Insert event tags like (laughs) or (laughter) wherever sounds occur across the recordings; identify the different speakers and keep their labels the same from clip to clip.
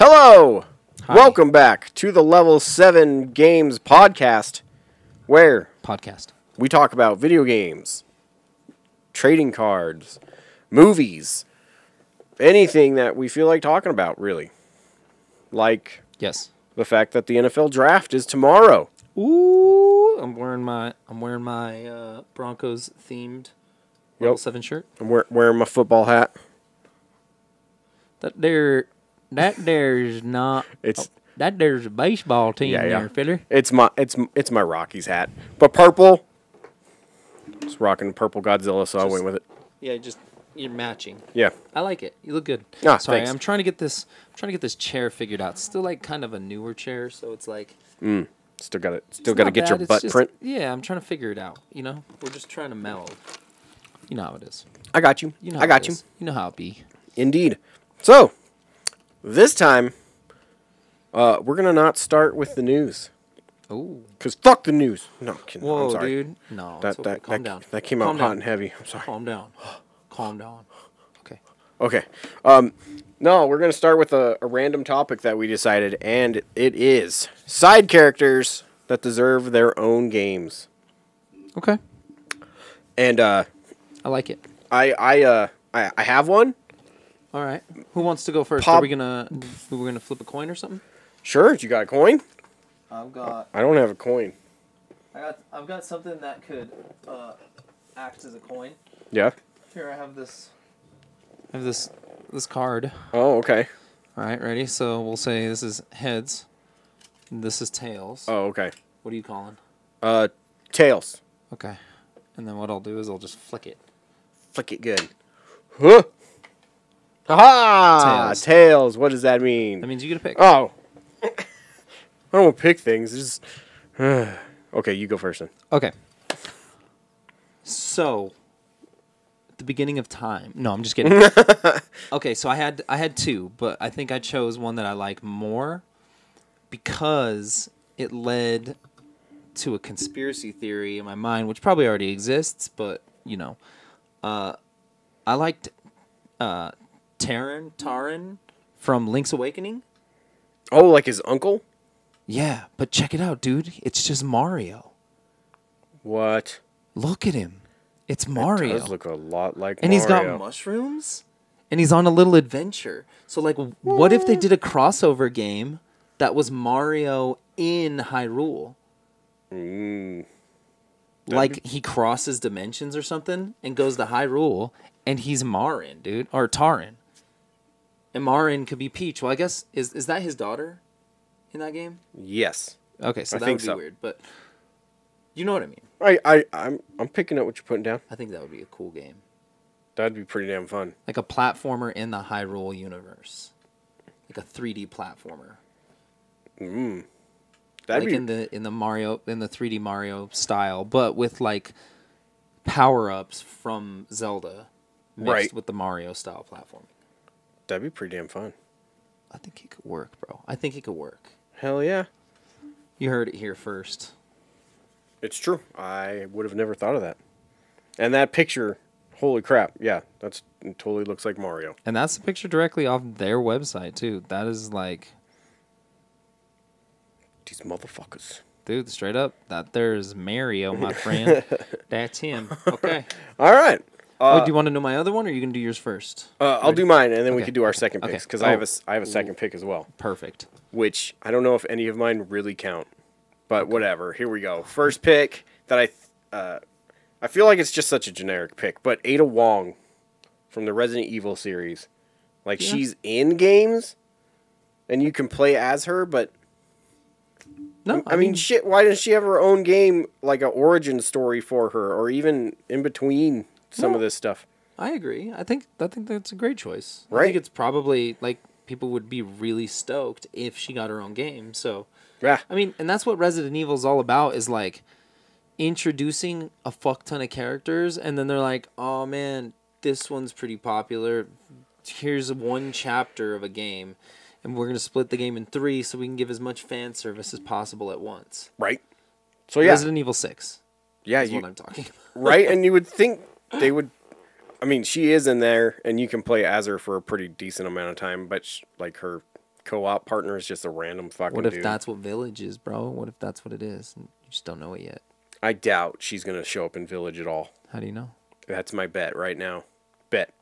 Speaker 1: Hello! Welcome back to the Level 7 Games podcast, where
Speaker 2: Podcast.
Speaker 1: we talk about video games, trading cards, movies, anything that we feel like talking about, really. Like
Speaker 2: Yes.
Speaker 1: the fact that the NFL draft is tomorrow.
Speaker 2: Ooh, I'm wearing my I'm wearing my uh, Broncos themed level
Speaker 1: Yep.
Speaker 2: seven shirt.
Speaker 1: I'm wear- wearing my football hat.
Speaker 2: That there, that there's not. oh,
Speaker 1: It's-
Speaker 2: that there's a baseball team
Speaker 1: Yeah, yeah.
Speaker 2: there, Filler.
Speaker 1: It's my it's it's my Rockies hat, but purple. It's rocking purple Godzilla, so I went with it.
Speaker 2: Yeah, just you're matching.
Speaker 1: Yeah,
Speaker 2: I like it. You look good.
Speaker 1: Ah,
Speaker 2: Sorry,
Speaker 1: thanks.
Speaker 2: I'm trying to get this. I'm trying to get this chair figured out. It's still like kind of a newer chair, so it's like
Speaker 1: still got it. Still got
Speaker 2: It's
Speaker 1: to
Speaker 2: not
Speaker 1: get
Speaker 2: bad,
Speaker 1: your
Speaker 2: it's
Speaker 1: butt
Speaker 2: just-
Speaker 1: print.
Speaker 2: Yeah, I'm trying to figure it out. You know, we're just trying to meld. You know how it is.
Speaker 1: I got you.
Speaker 2: You know. How
Speaker 1: I got
Speaker 2: it
Speaker 1: you.
Speaker 2: is. You know how it be.
Speaker 1: Indeed. So, this time, uh, we're gonna not start with the news,
Speaker 2: Oh.
Speaker 1: cause fuck the news. No, I'm kidding. I'm
Speaker 2: Whoa,
Speaker 1: sorry.
Speaker 2: dude. No,
Speaker 1: That
Speaker 2: it's okay.
Speaker 1: that
Speaker 2: calm
Speaker 1: that,
Speaker 2: down.
Speaker 1: that came
Speaker 2: calm
Speaker 1: out
Speaker 2: down.
Speaker 1: hot and heavy. I'm sorry.
Speaker 2: Calm down. (gasps) Calm down. Okay.
Speaker 1: Okay. Um, no, we're gonna start with a, a random topic that we decided, and it is side characters that deserve their own games.
Speaker 2: Okay.
Speaker 1: And uh,
Speaker 2: I like it.
Speaker 1: I I uh I, I have one.
Speaker 2: All right. Who wants to go first?
Speaker 1: Pop-
Speaker 2: Are we gonna we're gonna flip a coin or something?
Speaker 1: Sure, you got a coin?
Speaker 2: I've got
Speaker 1: I don't have a coin.
Speaker 2: I got I've got something that could uh, act as a coin.
Speaker 1: Yeah.
Speaker 2: Here I have this. I have this this card.
Speaker 1: Oh, okay.
Speaker 2: All right, ready? So we'll say this is heads. and This is tails.
Speaker 1: Oh, okay.
Speaker 2: What are you calling?
Speaker 1: Uh, tails.
Speaker 2: Okay. And then what I'll do is I'll just flick it.
Speaker 1: Flick it good. Huh. Ha
Speaker 2: Tails.
Speaker 1: Tails. What does that mean?
Speaker 2: That means you get a pick.
Speaker 1: oh. (laughs) I don't want to pick things. It's just. (sighs) okay, you go first then.
Speaker 2: Okay. So, at the beginning of time. No, I'm just (laughs) kidding. okay, so I had I had two, but I think I chose one that I like more because it led to a conspiracy theory in my mind, which probably already exists, but you know, uh, I liked uh, Taran Taran from Link's Awakening.
Speaker 1: Oh, like his uncle?
Speaker 2: Yeah, but check it out, dude. It's just Mario.
Speaker 1: What?
Speaker 2: Look at him. It's Mario.
Speaker 1: Does look a lot like
Speaker 2: and he's
Speaker 1: Mario.
Speaker 2: got mushrooms and he's on a little adventure so like w- what if they did a crossover game that was mario in hyrule
Speaker 1: Mm.
Speaker 2: like he crosses dimensions or something and goes to hyrule and he's marin dude or tarin and marin could be peach well i guess is, is that his daughter in that game
Speaker 1: Yes.
Speaker 2: okay so
Speaker 1: I
Speaker 2: that
Speaker 1: think
Speaker 2: would be
Speaker 1: so.
Speaker 2: weird but you know what i mean
Speaker 1: I, I, I'm, I'm picking up what you're putting down.
Speaker 2: i think that would be a cool game
Speaker 1: That'd be pretty damn fun.
Speaker 2: like a platformer in the Hyrule universe, like a 3D platformer,
Speaker 1: That'd
Speaker 2: like
Speaker 1: be
Speaker 2: in the in the Mario in the 3D Mario style, but with like power ups from Zelda mixed
Speaker 1: Right.
Speaker 2: with the Mario style platforming.
Speaker 1: that'd be pretty damn fun.
Speaker 2: I think it could work, bro. I think it could work.
Speaker 1: Hell yeah.
Speaker 2: You heard it here first.
Speaker 1: It's true. I would have never thought of that. And that picture, holy crap! Yeah, that's it totally looks like Mario.
Speaker 2: And that's the picture directly off their website too. That is like,
Speaker 1: These motherfuckers.
Speaker 2: dude, straight up, that there is
Speaker 1: (laughs)
Speaker 2: Mario, my friend. That's him. Okay.
Speaker 1: All right,
Speaker 2: oh, do you want to know my other one, or are you gonna do yours first?
Speaker 1: uh, I'll do mine, and then we
Speaker 2: Okay.
Speaker 1: can do our second
Speaker 2: Okay.
Speaker 1: picks because I have a s- I have a second pick as well,
Speaker 2: Perfect.
Speaker 1: which I don't know if any of mine really count, but whatever. Here we go. First pick that I, th- uh, I feel like it's just such a generic pick, but Ada Wong, from the Resident Evil series, like she's in games, and you can play as her, but
Speaker 2: No,
Speaker 1: I mean, shit. Why doesn't she have her own game, like a origin story for her, or even in between some of this stuff?
Speaker 2: I agree. I think I think that's a great choice. I
Speaker 1: Right.
Speaker 2: think it's probably like people would be really stoked if she got her own game. So
Speaker 1: Yeah,
Speaker 2: I mean, and that's what Resident Evil is all about is like introducing a fuck ton of characters and then they're like, "Oh man, this one's pretty popular. Here's one chapter of a game and we're going to split the game in 3 so we can give as much fan service as possible at once."
Speaker 1: right. So yeah,
Speaker 2: Resident Evil 6
Speaker 1: yeah,
Speaker 2: is what
Speaker 1: you,
Speaker 2: I'm talking about.
Speaker 1: right.
Speaker 2: (laughs)
Speaker 1: And you would think they would. I mean, she is in there, and you can play as her for a pretty decent amount of time, but sh- like her co-op partner is just a random fucking
Speaker 2: What if
Speaker 1: dude.
Speaker 2: that's what Village is, bro? What if that's what it is? and You just don't know it yet.
Speaker 1: I doubt she's gonna show up in Village at all.
Speaker 2: How do you know?
Speaker 1: That's my bet right now. Bet.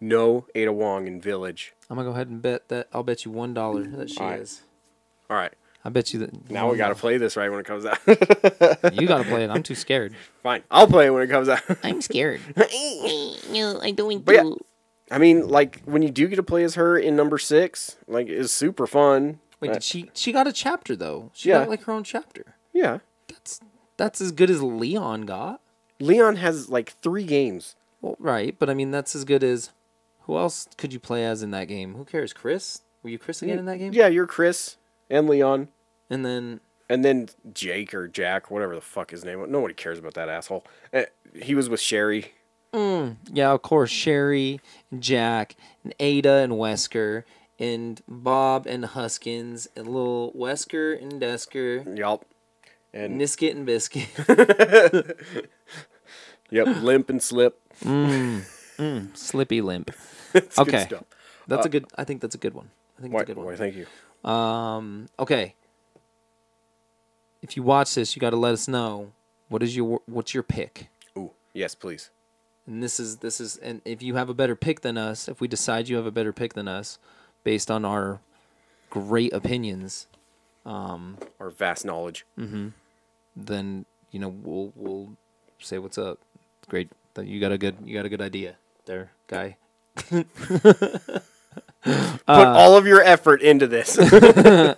Speaker 1: No Ada Wong in Village.
Speaker 2: I'm gonna go ahead and bet that. I'll bet you one dollar that she
Speaker 1: All right.
Speaker 2: is.
Speaker 1: All right,
Speaker 2: I bet you that.
Speaker 1: now we
Speaker 2: Mm.
Speaker 1: gotta play this right when it comes out. (laughs)
Speaker 2: (laughs) You gotta play it. I'm too scared.
Speaker 1: Fine, I'll play it when it comes out. (laughs)
Speaker 3: I'm scared. no, I don't
Speaker 1: But yeah.
Speaker 3: do-
Speaker 1: I mean, like when you do get to play as her in number six, like it's super fun.
Speaker 2: Wait,
Speaker 1: Uh,
Speaker 2: did she? She got a chapter though. She
Speaker 1: Yeah.
Speaker 2: got like her own chapter.
Speaker 1: yeah,
Speaker 2: That's that's as good as Leon got.
Speaker 1: Leon has like three games.
Speaker 2: Well, right, but I mean that's as good as. Who else could you play as in that game? Who cares? Chris? Were you Chris again in that game?
Speaker 1: Yeah, you're Chris and Leon,
Speaker 2: And then
Speaker 1: and then Jake or Jack, whatever the fuck his name. was. Nobody cares about that asshole. Uh, He was with Sherry.
Speaker 2: Yeah, of course, Sherry, and Jack, and Ada, and Wesker, and Bob, and Huskins, and little Wesker and Desker,
Speaker 1: Yup. And
Speaker 2: Nisket and Biscuit.
Speaker 1: yep,
Speaker 2: (laughs)
Speaker 1: limp and slip. (laughs)
Speaker 2: Slippy Limp.
Speaker 1: It's good
Speaker 2: Okay.
Speaker 1: stuff.
Speaker 2: That's a good. I think that's a good one. I think
Speaker 1: Why,
Speaker 2: it's a good
Speaker 1: why,
Speaker 2: one. Um,
Speaker 1: thank you.
Speaker 2: Okay. If you watch this, you got to let us know what is your what's your pick.
Speaker 1: Ooh, yes, please.
Speaker 2: And this is this is and if you have a better pick than us, if we decide you have a better pick than us, based on our great opinions,
Speaker 1: Our vast knowledge.
Speaker 2: Mm. then you know we'll we'll say what's up. Great that you got a good you got a good idea there, guy.
Speaker 1: Put
Speaker 2: Uh,
Speaker 1: all of your effort into
Speaker 2: (laughs)
Speaker 1: this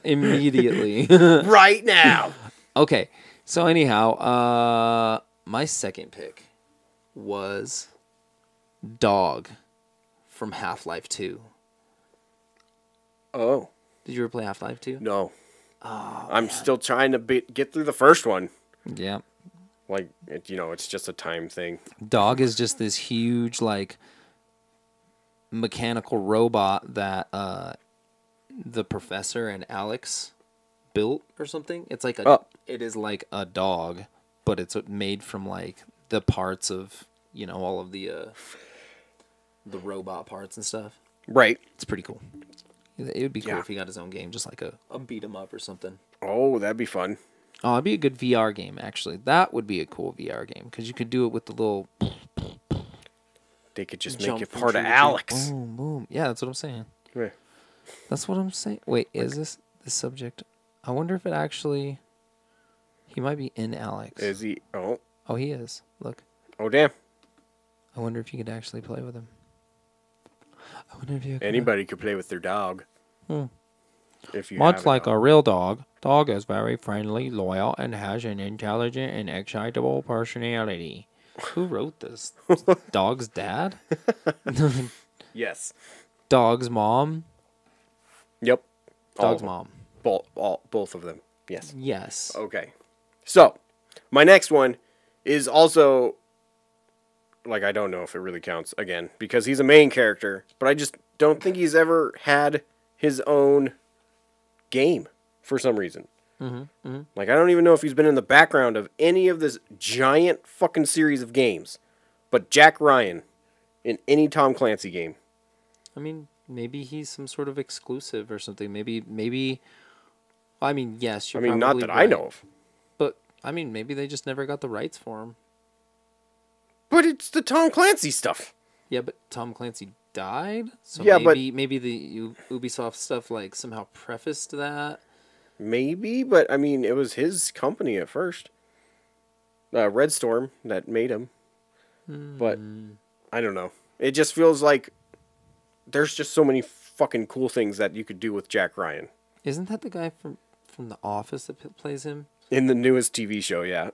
Speaker 1: (laughs)
Speaker 2: Immediately. (laughs)
Speaker 1: right now.
Speaker 2: okay. So anyhow, uh my second pick was Dog from Half-Life 2.
Speaker 1: Oh
Speaker 2: Did you ever play Half-Life 2?
Speaker 1: no,
Speaker 2: Oh,
Speaker 1: I'm still trying to be, get through the first one.
Speaker 2: Yeah.
Speaker 1: Like it, you know, it's just a time thing.
Speaker 2: Dog is just this huge like mechanical robot that uh the professor and Alex built or something. It's like a
Speaker 1: Oh.
Speaker 2: it is like a dog, but it's made from like the parts of, you know, all of the uh the robot parts and stuff.
Speaker 1: Right.
Speaker 2: It's pretty cool. It would be cool
Speaker 1: Yeah.
Speaker 2: if he got his own game, just like a, a beat 'em up or something.
Speaker 1: Oh, that'd be fun.
Speaker 2: Oh, it'd be a good VR game actually. That would be a cool VR game because you could do it with the little
Speaker 1: They could just
Speaker 2: Jump
Speaker 1: make you
Speaker 2: from
Speaker 1: part
Speaker 2: tree Oh.
Speaker 1: of
Speaker 2: to tree.
Speaker 1: Alex.
Speaker 2: Boom, boom. Yeah, that's what I'm saying.
Speaker 1: Yeah.
Speaker 2: That's what I'm saying. Wait, is this the subject? I wonder if it actually. He might be in Alex.
Speaker 1: Is he? Oh,
Speaker 2: oh, he is. Look.
Speaker 1: oh, damn.
Speaker 2: I wonder if you could actually play with him. I wonder if you could.
Speaker 1: Anybody could play with their dog. If you have
Speaker 2: Much
Speaker 1: a
Speaker 2: Hmm. like
Speaker 1: dog.
Speaker 2: a real dog, dog is very friendly, loyal, and has an intelligent and excitable personality. Who
Speaker 1: (laughs)
Speaker 2: wrote this? Dog's dad?
Speaker 1: yes.
Speaker 2: Dog's mom?
Speaker 1: Yep. All
Speaker 2: Dog's
Speaker 1: of Oh. 'em.
Speaker 2: mom.
Speaker 1: Bo- all, both of them. Yes.
Speaker 2: Yes.
Speaker 1: Okay. So, my next one is also like I don't know if it really counts again because he's a main character, but I just don't think he's ever had his own game for some reason. Like I don't even know if he's been in the background of any of this giant fucking series of games, but Jack Ryan in any Tom Clancy game.
Speaker 2: I mean, maybe he's some sort of exclusive or something. Maybe, maybe. I mean, yes.
Speaker 1: I
Speaker 2: You're
Speaker 1: mean, not
Speaker 2: probably
Speaker 1: that I
Speaker 2: right,
Speaker 1: know of,
Speaker 2: But I mean, maybe they just never got the rights for him.
Speaker 1: but it's the Tom Clancy stuff.
Speaker 2: Yeah, but Tom Clancy died, so
Speaker 1: Yeah, but-
Speaker 2: maybe maybe the U- Ubisoft stuff like somehow prefaced that.
Speaker 1: Maybe, but I mean, it was his company at first. Uh, Red Storm that made him. But I don't know. It just feels like there's just so many fucking cool things that you could do with Jack Ryan
Speaker 2: Isn't that the guy from from The Office that p- plays him?
Speaker 1: in the newest TV show. Yeah,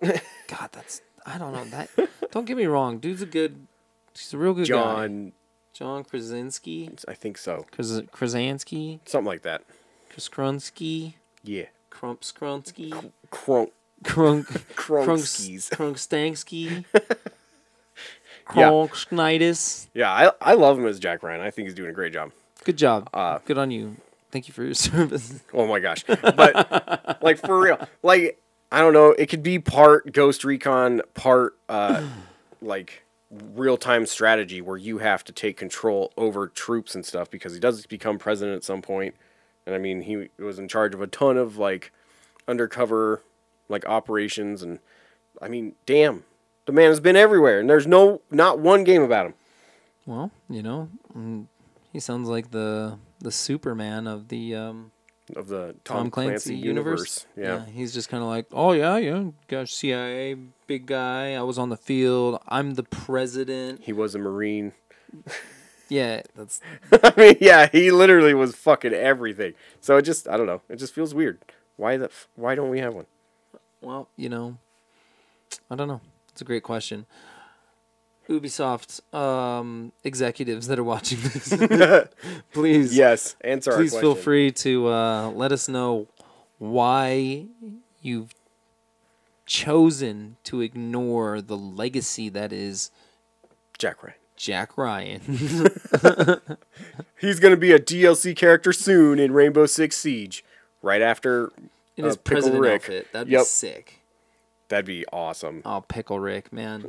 Speaker 2: God, that's I don't know (laughs) that. don't get me wrong, dude's a good. He's a real good guy.
Speaker 1: John,
Speaker 2: John Krasinski,
Speaker 1: I think so,
Speaker 2: Kras- Krasansky,
Speaker 1: something like that.
Speaker 2: Kraskrunsky,
Speaker 1: Yeah,
Speaker 2: Krump Skrunsky.
Speaker 1: Cronk.
Speaker 2: Krunk
Speaker 1: Kronkskis.
Speaker 2: (laughs) Krunkstansky.
Speaker 1: Yeah.
Speaker 2: Kronksnitis.
Speaker 1: Yeah, I I love him as Jack Ryan. I think he's doing a great job.
Speaker 2: Good job. Good on you. Thank you for your (laughs) service.
Speaker 1: Oh my gosh.
Speaker 2: (laughs)
Speaker 1: But like for real,
Speaker 2: (sighs)
Speaker 1: like I don't know, it could be part Ghost Recon, part uh like real time strategy where you have to take control over troops and stuff because he does become president at some point. And I mean, he was in charge of a ton of like undercover like operations and I mean, damn. The man has been everywhere and there's no not one game about him.
Speaker 2: Well, you know, mm, he sounds like the the Superman of the um,
Speaker 1: Of the
Speaker 2: Tom, Clancy, universe.
Speaker 1: Yeah.
Speaker 2: he's just kind of like, oh yeah, yeah, gosh, CIA big guy. I was on the field. I'm the president.
Speaker 1: He was a Marine.
Speaker 2: Yeah, that's
Speaker 1: (laughs) I mean, yeah, he literally was fucking everything. So it just I don't know. It just feels weird. Why the f- why don't we have one?
Speaker 2: well, you know, I don't know. It's a great question. Ubisoft um, executives that are watching this, (laughs) please,
Speaker 1: Yes, answer
Speaker 2: please
Speaker 1: our
Speaker 2: feel
Speaker 1: question.
Speaker 2: free to uh, let us know why you've chosen to ignore the legacy that is
Speaker 1: Jack Ryan.
Speaker 2: Jack Ryan.
Speaker 1: He's gonna be a DLC character soon in Rainbow Six Siege, right after
Speaker 2: in
Speaker 1: uh,
Speaker 2: his
Speaker 1: Pickle
Speaker 2: president
Speaker 1: Rick.
Speaker 2: outfit. That'd be
Speaker 1: Yep.
Speaker 2: sick.
Speaker 1: That'd be awesome.
Speaker 2: Oh, Pickle
Speaker 1: (laughs)
Speaker 2: Rick, man.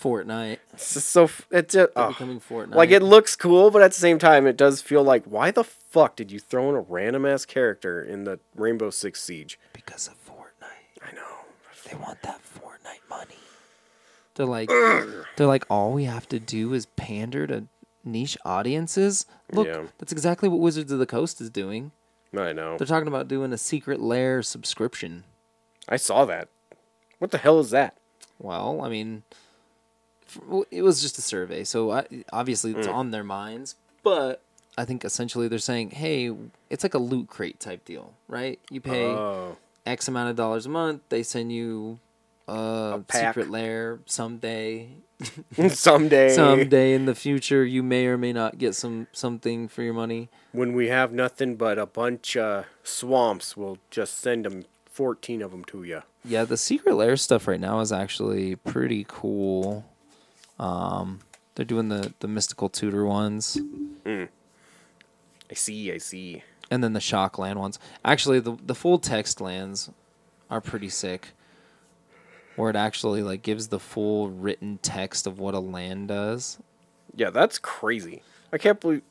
Speaker 2: Fortnite.
Speaker 1: It's just so f- it's just, oh.
Speaker 2: becoming Fortnite.
Speaker 1: like it looks cool, but at the same time, it does feel like why the fuck did you throw in a random ass character in the Rainbow Six Siege?
Speaker 2: Because of Fortnite.
Speaker 1: I know.
Speaker 2: They want that Fortnite money. They're like they're like all we have to do is pander to niche audiences. Look,
Speaker 1: Yeah.
Speaker 2: that's exactly what Wizards of the Coast is doing.
Speaker 1: I know.
Speaker 2: They're talking about doing a secret lair subscription.
Speaker 1: I saw that. What the hell is that?
Speaker 2: Well, I mean, f- w- it was just a survey, so I, obviously
Speaker 1: Mm.
Speaker 2: it's on their minds. But I think essentially they're saying, hey, it's like a loot crate type deal, right? You pay
Speaker 1: Oh.
Speaker 2: X amount of dollars a month, they send you a,
Speaker 1: pack.
Speaker 2: secret lair someday.
Speaker 1: (laughs) Someday.
Speaker 2: Someday in the future, you may or may not get some something for your money.
Speaker 1: When we have nothing but a bunch of swamps, we'll just send them 14 of them to you.
Speaker 2: Yeah, the secret lair stuff right now is actually pretty cool. Um, they're doing the the mystical tutor ones.
Speaker 1: I see, I see.
Speaker 2: and then the shock land ones. Actually, the the full text lands are pretty sick, where it actually like gives the full written text of what a land does,
Speaker 1: Yeah, that's crazy. I can't believe.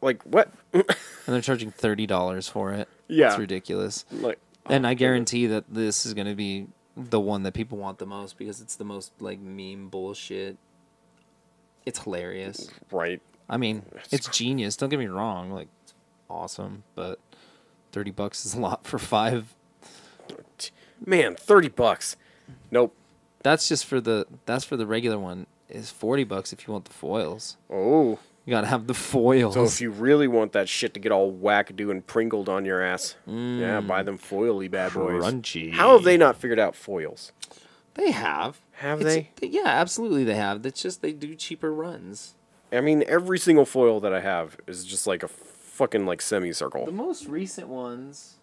Speaker 1: Like, what? (laughs)
Speaker 2: and they're charging thirty dollars for it.
Speaker 1: Yeah.
Speaker 2: it's ridiculous.
Speaker 1: like,
Speaker 2: And I guarantee that this is gonna be the one that people want the most because it's the most like meme bullshit. It's hilarious.
Speaker 1: right.
Speaker 2: I mean, it's genius. Don't get me wrong, like it's awesome, but thirty bucks is a lot for five
Speaker 1: Man, 30 bucks. Nope.
Speaker 2: That's just for the that's for the regular one. Is forty bucks if you want the foils.
Speaker 1: Oh.
Speaker 2: You gotta have the foils.
Speaker 1: So if you really want that shit to get all wackadoo and pringled on your ass, yeah, buy them foily bad boys.
Speaker 2: Mm. Crunchy.
Speaker 1: How have they not figured out foils?
Speaker 2: they have.
Speaker 1: Have
Speaker 2: It's- Yeah, absolutely they have. That's just they do cheaper runs.
Speaker 1: I mean, every single foil that I have is just like a fucking like semicircle.
Speaker 2: The most recent ones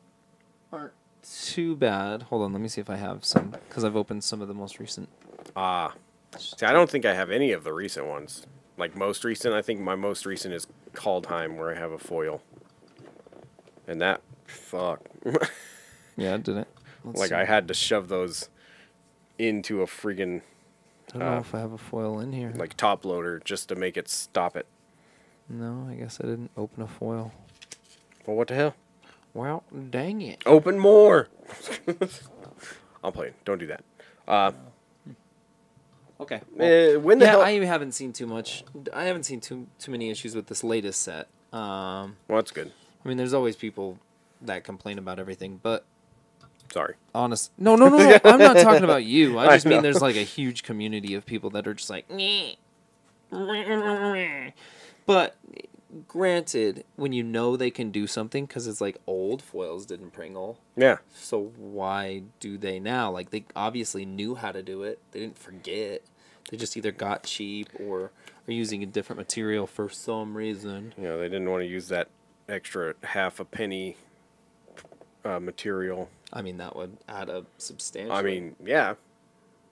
Speaker 2: aren't too bad. Hold on, let me see if I have some because I've opened some of the most recent.
Speaker 1: Ah. See, I don't think I have any of the recent ones. Like most recent, I think my most recent is Kaldheim, where I have a foil. And that, fuck.
Speaker 2: Yeah, I didn't. Let's
Speaker 1: like,
Speaker 2: see.
Speaker 1: I had to shove those into a friggin'
Speaker 2: I don't know if I have a foil in here.
Speaker 1: like top loader just to make it stop it.
Speaker 2: no, I guess I didn't open a foil.
Speaker 1: Well, what the hell?
Speaker 2: Well, dang it.
Speaker 1: Open more! (laughs) I'm playing. Don't do that.
Speaker 2: Okay.
Speaker 1: Eh, when the
Speaker 2: yeah,
Speaker 1: hell?
Speaker 2: I haven't seen too much. I haven't seen too too many issues with this latest set. Um,
Speaker 1: Well, that's good.
Speaker 2: I mean, there's always people that complain about everything, but
Speaker 1: Sorry.
Speaker 2: honest, no, no, no, no. I'm not (laughs) talking about you. I
Speaker 1: I
Speaker 2: just mean
Speaker 1: know.
Speaker 2: there's like a huge community of people that are just like.
Speaker 3: Nyeh.
Speaker 2: But granted, when you know they can do something, because it's like old foils didn't Pringle,
Speaker 1: Yeah.
Speaker 2: so why do they now? Like they obviously knew how to do it. They didn't forget. They just either got cheap or are using a different material for some reason.
Speaker 1: You know, they didn't want to use that extra half a penny uh, material.
Speaker 2: I mean, that would add up substantially.
Speaker 1: I mean, yeah.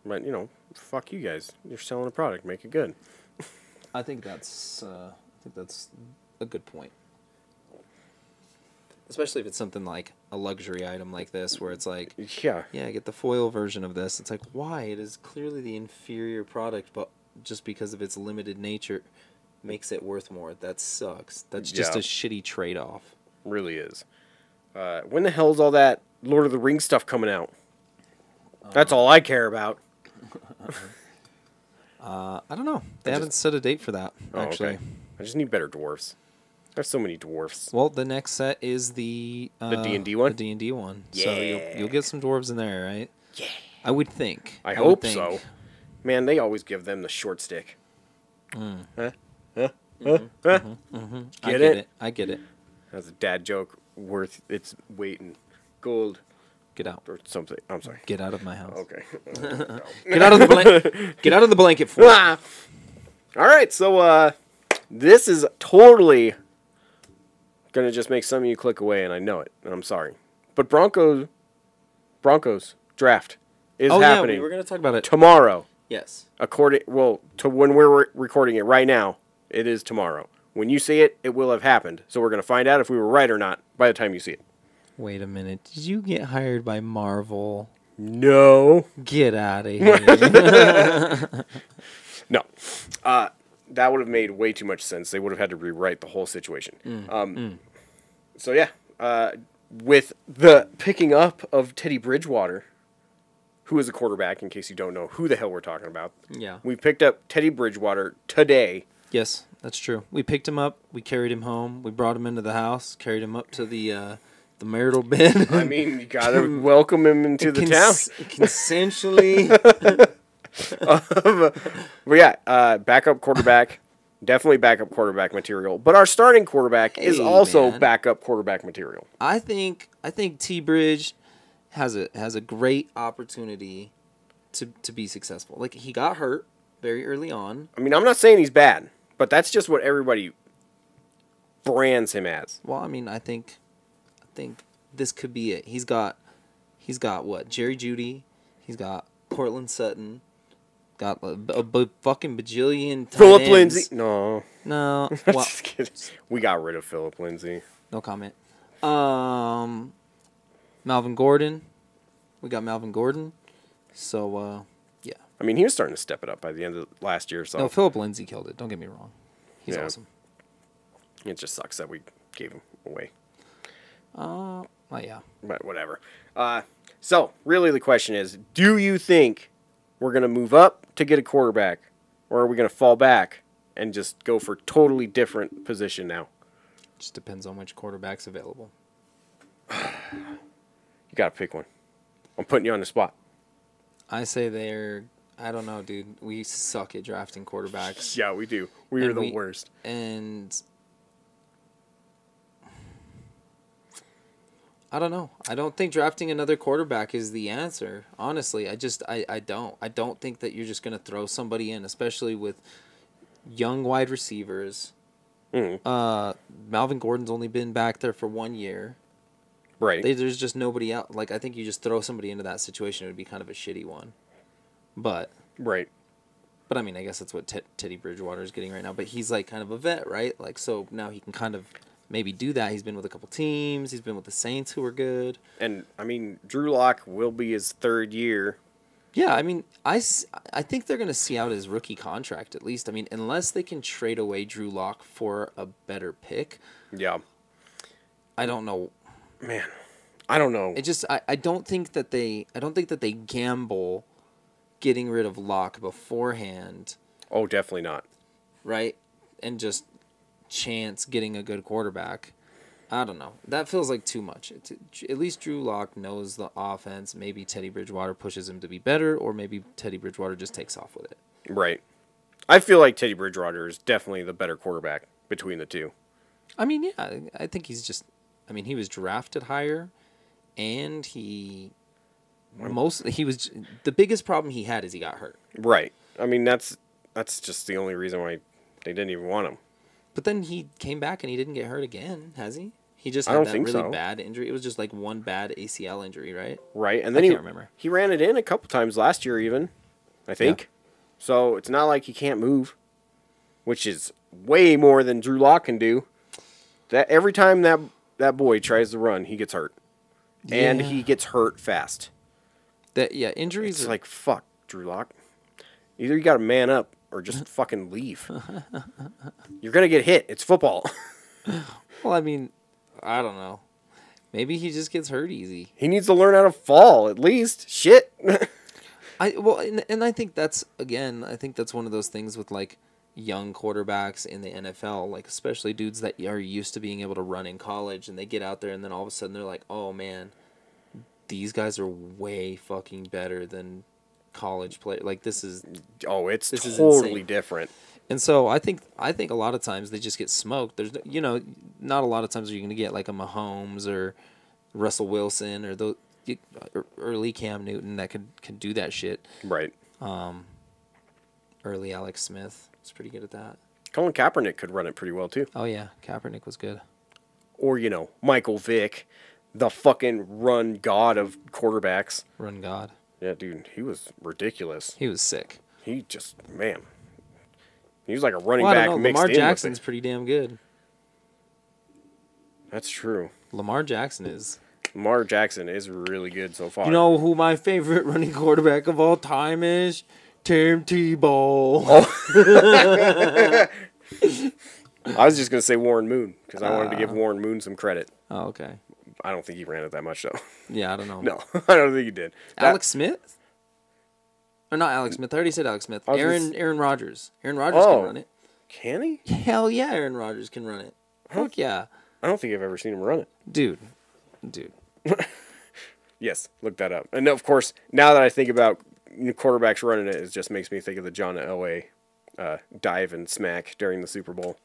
Speaker 1: But, you know, fuck you guys. You're selling a product. Make it good.
Speaker 2: I think that's uh, I think that's a good point. Especially if it's something like a luxury item like this, where it's like,
Speaker 1: Yeah.
Speaker 2: yeah, get the foil version of this. It's like, why? It is clearly the inferior product, but just because of its limited nature makes it worth more. That sucks. That's just
Speaker 1: Yeah.
Speaker 2: a shitty trade off.
Speaker 1: Really is. Uh, when the hell's all that Lord of the Rings stuff coming out? That's all I care about.
Speaker 2: I don't know. They haven't set a date for that
Speaker 1: Oh,
Speaker 2: actually.
Speaker 1: okay. I just need better dwarfs. There's so many dwarfs.
Speaker 2: Well, the next set is the uh,
Speaker 1: D&D one?
Speaker 2: The D and D one. So
Speaker 1: Yeah.
Speaker 2: you'll, you'll get some dwarves in there, right? Yeah. I would think.
Speaker 1: I,
Speaker 2: would
Speaker 1: hope
Speaker 2: think.
Speaker 1: so. Man, they always give them the short stick. Huh? Huh? Huh? Huh?
Speaker 2: I
Speaker 1: Get
Speaker 2: get
Speaker 1: it?
Speaker 2: it? I get it.
Speaker 1: That's a dad joke worth its weight in gold
Speaker 2: Get out.
Speaker 1: or something. I'm sorry.
Speaker 2: Get out of my house.
Speaker 1: Okay. (laughs)
Speaker 2: Get out of the (laughs) blanket. get out of the blanket for.
Speaker 1: Ah. All right, so uh, this is totally gonna just make some of you click away, and I know it. And I'm sorry, but Broncos, Broncos draft is
Speaker 2: Oh yeah,
Speaker 1: happening
Speaker 2: we were gonna talk about it.
Speaker 1: tomorrow.
Speaker 2: Yes.
Speaker 1: According, well, to when we're re- recording it right now, it is tomorrow. When you see it, it will have happened. So we're gonna find out if we were right or not by the time you see it.
Speaker 2: Wait a minute. Did you get hired by Marvel?
Speaker 1: No,
Speaker 2: Get out (laughs) of here.
Speaker 1: No. Uh, that would have made way too much sense. They would have had to rewrite the whole situation.
Speaker 2: Mm,
Speaker 1: Um, So, yeah. Uh, with the picking up of Teddy Bridgewater, who is a quarterback, in case you don't know who the hell we're talking about.
Speaker 2: yeah.
Speaker 1: We picked up Teddy Bridgewater today.
Speaker 2: Yes, that's true. We picked him up. We carried him home. We brought him into the house. Carried him up to the uh, the marital bed.
Speaker 1: I mean, you got
Speaker 2: (laughs)
Speaker 1: to welcome him into the town.
Speaker 2: Cons- Consensually. (laughs)
Speaker 1: But yeah, uh, backup quarterback. Definitely backup quarterback material. But our starting quarterback is
Speaker 2: Hey,
Speaker 1: also
Speaker 2: man.
Speaker 1: backup quarterback material.
Speaker 2: I think I think T Bridge has a has a great opportunity to to be successful. Like he got hurt very early on.
Speaker 1: I mean, I'm not saying he's bad, but that's just what everybody brands him as.
Speaker 2: Well, I mean, I think I think this could be it. He's got he's got what Jerry Judy. He's got Cortland Sutton. Got a, b- a b- fucking bajillion. tight
Speaker 1: Philip
Speaker 2: ends.
Speaker 1: Lindsay. No. (laughs)
Speaker 2: No. Well,
Speaker 1: Just kidding. We got rid of Philip Lindsay.
Speaker 2: No comment. Um, Malvin Gordon. We got Malvin Gordon. So, uh, yeah.
Speaker 1: I mean, he was starting to step it up by the end of last year, so
Speaker 2: No, Philip Lindsay killed it. Don't get me wrong. He's
Speaker 1: Oh. Yeah.
Speaker 2: awesome.
Speaker 1: it just sucks that we gave him away.
Speaker 2: Oh, yeah.
Speaker 1: But whatever. Uh, so, really, the question is do you think we're going to move up to get a quarterback, or are we going to fall back and just go for totally different position now?
Speaker 2: Just depends on which quarterback's available.
Speaker 1: You got to pick one. I'm putting you on the spot.
Speaker 2: I say they're. I don't know, dude. We suck at drafting quarterbacks.
Speaker 1: Yeah, we do. We are
Speaker 2: And
Speaker 1: the
Speaker 2: we-
Speaker 1: worst.
Speaker 2: And. I don't know. I don't think drafting another quarterback is the answer. Honestly, I just I, I don't. I don't think that you're just gonna throw somebody in, especially with young wide receivers. Uh, Malvin Gordon's only been back there for one year.
Speaker 1: Right.
Speaker 2: They, there's just nobody out. Like I think you just throw somebody into that situation, it would be kind of a shitty one. But
Speaker 1: right.
Speaker 2: but I mean, I guess that's what Ted Teddy Bridgewater is getting right now. But he's like kind of a vet, right? Like so now he can kind of maybe do that. He's been with a couple teams. He's been with the Saints, who are good.
Speaker 1: And I mean, Drew Lock will be his third year.
Speaker 2: Yeah, I mean, I, s- I think they're going to see out his rookie contract at least. I mean, unless they can trade away Drew Lock for a better pick,
Speaker 1: Yeah.
Speaker 2: I don't know.
Speaker 1: Man, I don't know.
Speaker 2: It just I, I don't think that they I don't think that they gamble getting rid of Locke beforehand
Speaker 1: oh, definitely not.
Speaker 2: right? And just chance getting a good quarterback. I don't know. That feels like too much. It's, at least Drew Lock knows the offense. Maybe Teddy Bridgewater pushes him to be better, or maybe Teddy Bridgewater just takes off with it.
Speaker 1: Right. I feel like Teddy Bridgewater is definitely the better quarterback between the two.
Speaker 2: I mean, yeah, I- I think he's just. I mean, he was drafted higher, and he most he was the biggest problem he had is he got hurt.
Speaker 1: Right. I mean, that's that's just the only reason why they didn't even want him.
Speaker 2: But then he came back and he didn't get hurt again, has he? He just
Speaker 1: I
Speaker 2: had
Speaker 1: don't
Speaker 2: that
Speaker 1: think
Speaker 2: really
Speaker 1: so.
Speaker 2: bad injury. It was just like one bad ACL injury, right?
Speaker 1: Right. And then he
Speaker 2: can't remember.
Speaker 1: he ran it in a couple times last year even, I think. So, it's not like he can't move, which is way more than Drew Lock can do. That every time that that boy tries to run, he gets hurt. And
Speaker 2: Yeah.
Speaker 1: he gets hurt fast.
Speaker 2: That yeah, injuries
Speaker 1: It's
Speaker 2: are
Speaker 1: like fuck, Drew Lock. Either you got to man up or
Speaker 2: (laughs)
Speaker 1: just fucking leave. You're gonna get hit. It's football. (laughs)
Speaker 2: Well, I mean, I don't know. Maybe he just gets hurt easy.
Speaker 1: he needs to learn how to fall at least. Shit. (laughs)
Speaker 2: I well, and, and I think that's again, I think that's one of those things with like young quarterbacks in the NFL, like especially dudes that are used to being able to run in college, and they get out there, and then all of a sudden they're like, oh man, these guys are way fucking better than college play. Like this is,
Speaker 1: oh, it's
Speaker 2: This is
Speaker 1: totally
Speaker 2: insane.
Speaker 1: different.
Speaker 2: and so I think I think a lot of times they just get smoked. There's no- you know not a lot of times are you going to get like a Mahomes or Russell Wilson or those early Cam Newton that could could do that shit
Speaker 1: Right.
Speaker 2: early Alex Smith was pretty good at that.
Speaker 1: Colin Kaepernick could run it pretty well too.
Speaker 2: Oh yeah, Kaepernick was good.
Speaker 1: Or you know, Michael Vick, the fucking run god of quarterbacks.
Speaker 2: Run God.
Speaker 1: Yeah, dude, he was ridiculous.
Speaker 2: He was sick.
Speaker 1: He just man, he was like a running
Speaker 2: Well, I
Speaker 1: back
Speaker 2: don't know.
Speaker 1: mixed
Speaker 2: Lamar
Speaker 1: in. with it.
Speaker 2: Jackson's pretty damn good.
Speaker 1: That's true.
Speaker 2: Lamar Jackson is.
Speaker 1: Lamar Jackson is really good so far.
Speaker 2: You know who my favorite (laughs) running quarterback of all time is? Tim Tebow.
Speaker 1: Oh. I was just gonna say Warren Moon because I wanted to
Speaker 2: Uh.
Speaker 1: give Warren Moon some credit.
Speaker 2: Oh, okay.
Speaker 1: I don't think he ran it that much though. (laughs)
Speaker 2: Yeah, I don't know.
Speaker 1: No, I don't think he did. That-
Speaker 2: Alex Smith? Or not Alex Smith. I already said Alex Smith.
Speaker 1: I was
Speaker 2: Aaron
Speaker 1: just-
Speaker 2: Aaron Rodgers. Aaron Rodgers
Speaker 1: Oh.
Speaker 2: can run it.
Speaker 1: can he?
Speaker 2: Hell yeah, Aaron Rodgers can run it. Fuck yeah.
Speaker 1: I don't think I've ever seen him run it.
Speaker 2: Dude. Dude.
Speaker 1: Yes, look that up. And of course, now that I think about quarterbacks running it, it just makes me think of the John Elway uh, dive and smack during the Super Bowl.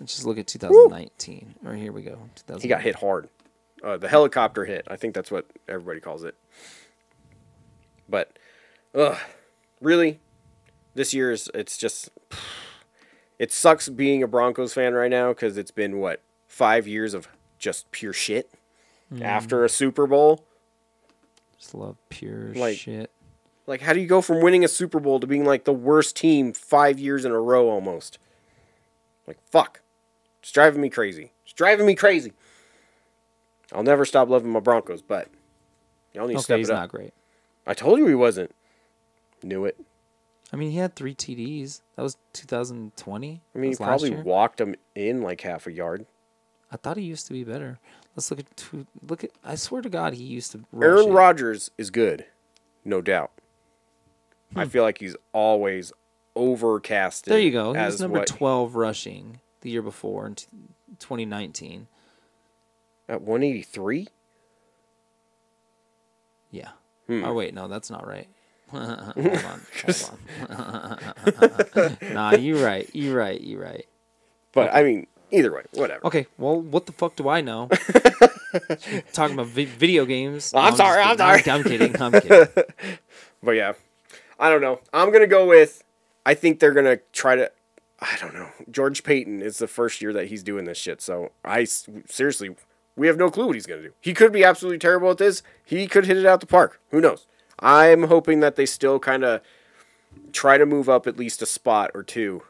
Speaker 2: Let's just look at 2019. Or here we go.
Speaker 1: He got hit hard. Uh, the helicopter hit. I think that's what everybody calls it. But, ugh, really, this year is it's just (sighs) it sucks being a Broncos fan right now because it's been what five years of just pure shit after a Super Bowl.
Speaker 2: Just love pure
Speaker 1: Like-
Speaker 2: shit.
Speaker 1: Like, how do you go from winning a Super Bowl to being like the worst team five years in a row almost? Like, fuck. It's driving me crazy. It's driving me crazy. I'll never stop loving my Broncos, but y'all need to
Speaker 2: Okay,
Speaker 1: step
Speaker 2: he's
Speaker 1: it up.
Speaker 2: not great.
Speaker 1: I told you he wasn't. Knew it.
Speaker 2: I mean, he had three TDs. That was 2020.
Speaker 1: I mean, he
Speaker 2: That was last
Speaker 1: probably
Speaker 2: year.
Speaker 1: walked him in like half a yard.
Speaker 2: I thought he used to be better. Let's look at two, look at. I swear to God, he used to. rush
Speaker 1: Aaron
Speaker 2: it.
Speaker 1: Rodgers is good, no doubt. I feel like he's always overcasted.
Speaker 2: Hmm. There you go. He was
Speaker 1: as
Speaker 2: number
Speaker 1: what-
Speaker 2: 12 rushing the year before in t- 2019.
Speaker 1: at 183.
Speaker 2: Yeah. Oh wait, no, that's not right. (laughs) hold on. (laughs) Hold on. (laughs) nah, you're right. You're right. You're right.
Speaker 1: But I mean, either way, whatever.
Speaker 2: Okay, well, what the fuck do I (laughs) know? Talking about vi- video games.
Speaker 1: I'm
Speaker 2: just
Speaker 1: sorry, I'm
Speaker 2: kidding. I'm kidding. I'm (laughs) kidding.
Speaker 1: But yeah, I don't know. I'm gonna go with. I think they're gonna try to. I don't know. George Payton is the first year that he's doing this shit, so I s- seriously, we have no clue what he's gonna do. He could be absolutely terrible at this. He could hit it out the park. Who knows? I'm hoping that they still kind of try to move up at least a spot or two,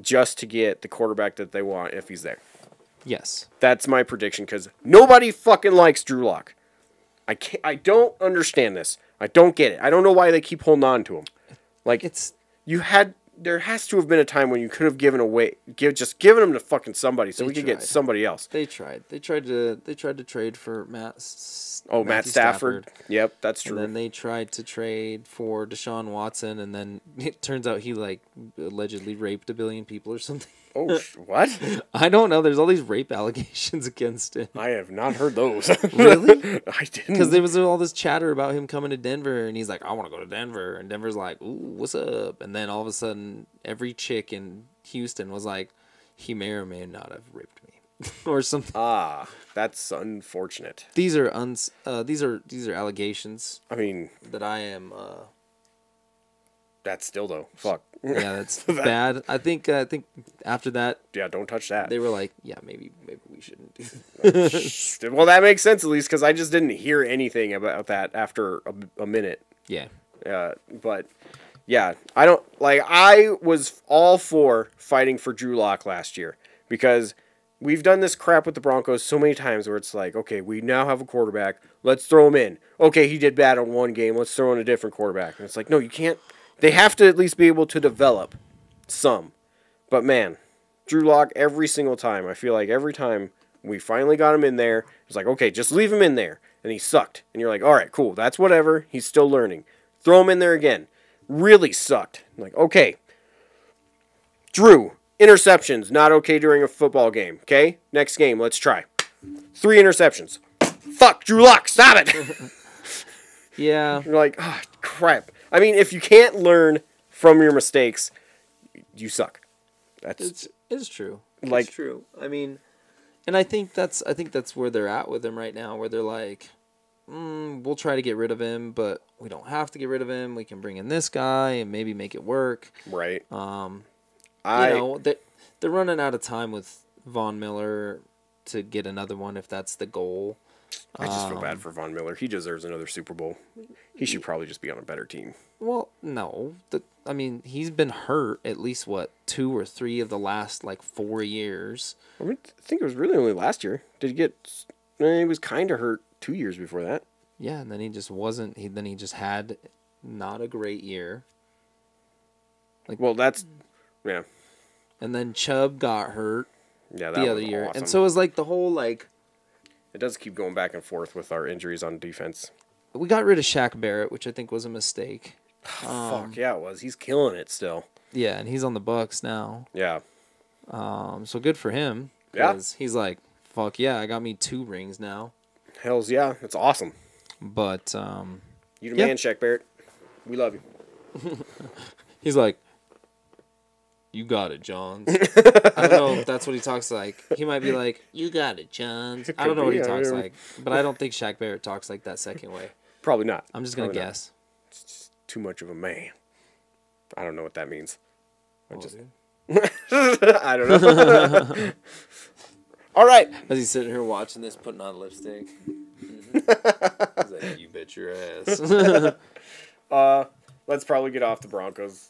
Speaker 1: just to get the quarterback that they want if he's there.
Speaker 2: Yes.
Speaker 1: That's my prediction because nobody fucking likes Drew Lock. I can't. I don't understand this. I don't get it. I don't know why they keep holding on to him. Like
Speaker 2: It's
Speaker 1: you had. There has to have been a time when you could have given away, give just given him to fucking somebody, so
Speaker 2: They
Speaker 1: we could get
Speaker 2: tried.
Speaker 1: somebody else.
Speaker 2: They tried. They tried to. They tried to trade for Matt. S-
Speaker 1: Oh, Matt
Speaker 2: Matthew
Speaker 1: Stafford. Yep, that's
Speaker 2: And
Speaker 1: true.
Speaker 2: then they tried to trade for Deshaun Watson, and then (laughs) it turns out he like allegedly raped a billion people or something. (laughs)
Speaker 1: oh, sh- what?
Speaker 2: I don't know. There's all these rape allegations (laughs) against him.
Speaker 1: I have not heard those. (laughs)
Speaker 2: (laughs) Really?
Speaker 1: I
Speaker 2: Because
Speaker 1: didn't.
Speaker 2: there was all this chatter about him coming to Denver, and he's like, "I want to go to Denver," and Denver's like, "Ooh, what's up?" And then all of a sudden, every chick in Houston was like, "He may or may not have raped me," (laughs) or something.
Speaker 1: ah, that's unfortunate.
Speaker 2: these are uns. Uh, these are these are allegations
Speaker 1: I mean,
Speaker 2: that I am. Uh, (laughs)
Speaker 1: that's still though. Fuck. (laughs)
Speaker 2: yeah, that's bad. I think I think after that
Speaker 1: Yeah, don't touch that.
Speaker 2: they were like, yeah, maybe maybe we shouldn't do that.
Speaker 1: Well, that makes sense at least because I just didn't hear anything about that after a, a minute.
Speaker 2: Yeah,
Speaker 1: Uh, but yeah, I don't like. I was all for fighting for Drew Lock last year because we've done this crap with the Broncos so many times where it's like, okay, we now have a quarterback. Let's throw him in. Okay, he did bad on one game. Let's throw in a different quarterback. And it's like, no, you can't. They have to at least be able to develop some. But man, Drew Lock every single time. I feel like every time we finally got him in there, it's like, okay, just leave him in there. And he sucked. And you're like, all right, cool. That's whatever. He's still learning. Throw him in there again. Really sucked. I'm like, okay. Drew, interceptions, not okay during a football game. Okay? Next game, let's try. Three interceptions. Fuck, Drew Lock, stop it. (laughs)
Speaker 2: Yeah.
Speaker 1: You're like, oh, crap. I mean, if you can't learn from your mistakes, you suck. That's
Speaker 2: It's it's true.
Speaker 1: Like-
Speaker 2: it's true. I mean, and I think that's I think that's where they're at with him right now, where they're like, mm, we'll try to get rid of him, but we don't have to get rid of him. We can bring in this guy and maybe make it work.
Speaker 1: right.
Speaker 2: Um,
Speaker 1: I
Speaker 2: you know, they they're running out of time with Von Miller to get another one if that's the goal.
Speaker 1: I just feel
Speaker 2: um,
Speaker 1: bad for Von Miller. He deserves another Super Bowl. He should probably just be on a better team.
Speaker 2: Well, no. The, I mean, he's been hurt at least what two or three of the last like four years.
Speaker 1: I, mean, I think it was really only last year. Did he get? eh, He was kind of hurt two years before that.
Speaker 2: Yeah, and then he just wasn't. He then he just had not a great year,
Speaker 1: Well, that's yeah,
Speaker 2: and then Chubb got hurt
Speaker 1: yeah. That
Speaker 2: the other
Speaker 1: was
Speaker 2: year,
Speaker 1: awesome.
Speaker 2: and so it was like the whole like
Speaker 1: it does keep going back and forth with our injuries on defense.
Speaker 2: Um, we got rid of Shaq Barrett, which I think was a mistake.
Speaker 1: Ah, Fuck yeah, it was. He's killing it still.
Speaker 2: Yeah, and he's on the Bucks now,
Speaker 1: Yeah,
Speaker 2: um, so good for him.
Speaker 1: Yeah.
Speaker 2: 'cause he's like, fuck yeah, I got me two rings now.
Speaker 1: hell's yeah, it's awesome.
Speaker 2: But um,
Speaker 1: You the
Speaker 2: Yeah.
Speaker 1: man, Shaq Barrett. We love you.
Speaker 2: He's like, "You got
Speaker 1: (laughs)
Speaker 2: it, Johns." I don't know if that's what he talks like. He might be like,
Speaker 3: You got it, Johns.
Speaker 2: I don't know what he
Speaker 1: Yeah,
Speaker 2: talks
Speaker 1: yeah.
Speaker 2: like, but I don't think Shaq Barrett talks like that second way.
Speaker 1: Probably not.
Speaker 2: I'm just gonna
Speaker 1: Probably not.
Speaker 2: guess.
Speaker 1: Too much of a man. I don't know what that means. I just (laughs) I don't know. (laughs) All right.
Speaker 2: As he's sitting here watching this, putting on lipstick. he's like, "You bet your (laughs) ass."
Speaker 1: let's probably get off the Broncos.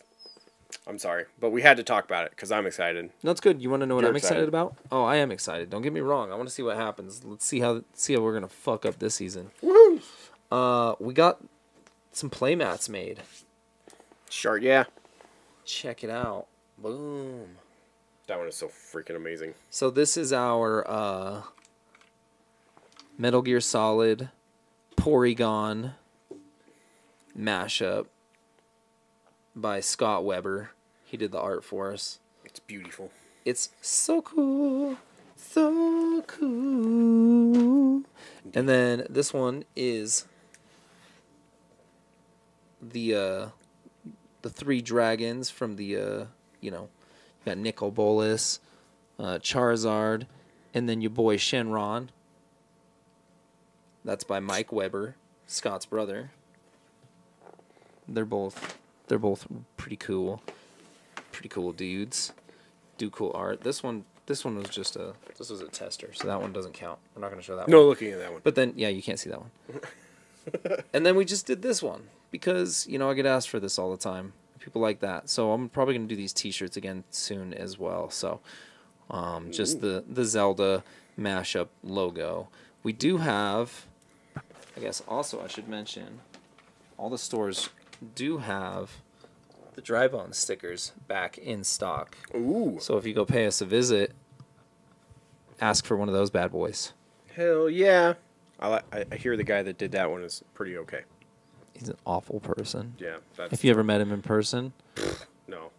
Speaker 1: I'm sorry, but we had to talk about it because I'm excited.
Speaker 2: That's good. You want to know what
Speaker 1: You're
Speaker 2: I'm excited.
Speaker 1: excited.
Speaker 2: about? Oh, I am excited. Don't get me wrong. I want to see what happens. Let's see how see how we're gonna fuck up this season.
Speaker 1: Woohoo!
Speaker 2: Uh, we got some play mats made.
Speaker 1: Sure, yeah.
Speaker 2: Check it out. Boom.
Speaker 1: That one is so freaking amazing.
Speaker 2: So this is our uh, Metal Gear Solid Porygon mashup by Scott Weber. He did the art for us.
Speaker 1: It's beautiful.
Speaker 2: It's so cool, so cool. And then this one is the uh, the three dragons from the uh, you know, you got Nicol Bolas, uh, Charizard, and then your boy Shenron. That's by Mike Weber, Scott's brother. They're both they're both pretty cool, pretty cool dudes do cool art. This one, this one was just a, this was a tester, so that one doesn't count. We're not gonna show that
Speaker 1: No
Speaker 2: one.
Speaker 1: looking at that one.
Speaker 2: But then, yeah, you can't see that one. and then we just did this one because you know I get asked for this all the time. People like that, so I'm probably gonna do these T-shirts again soon as well. So, um, just the the Zelda mashup logo. We do have, I guess. Also, I should mention, all the stores do have the dry bone stickers back in stock.
Speaker 1: Ooh.
Speaker 2: So if you go pay us a visit, ask for one of those bad boys.
Speaker 1: Hell yeah. I, li- I I hear the guy that did that one is pretty okay.
Speaker 2: He's an awful person.
Speaker 1: Yeah, that's
Speaker 2: If you ever met him in person,
Speaker 1: no.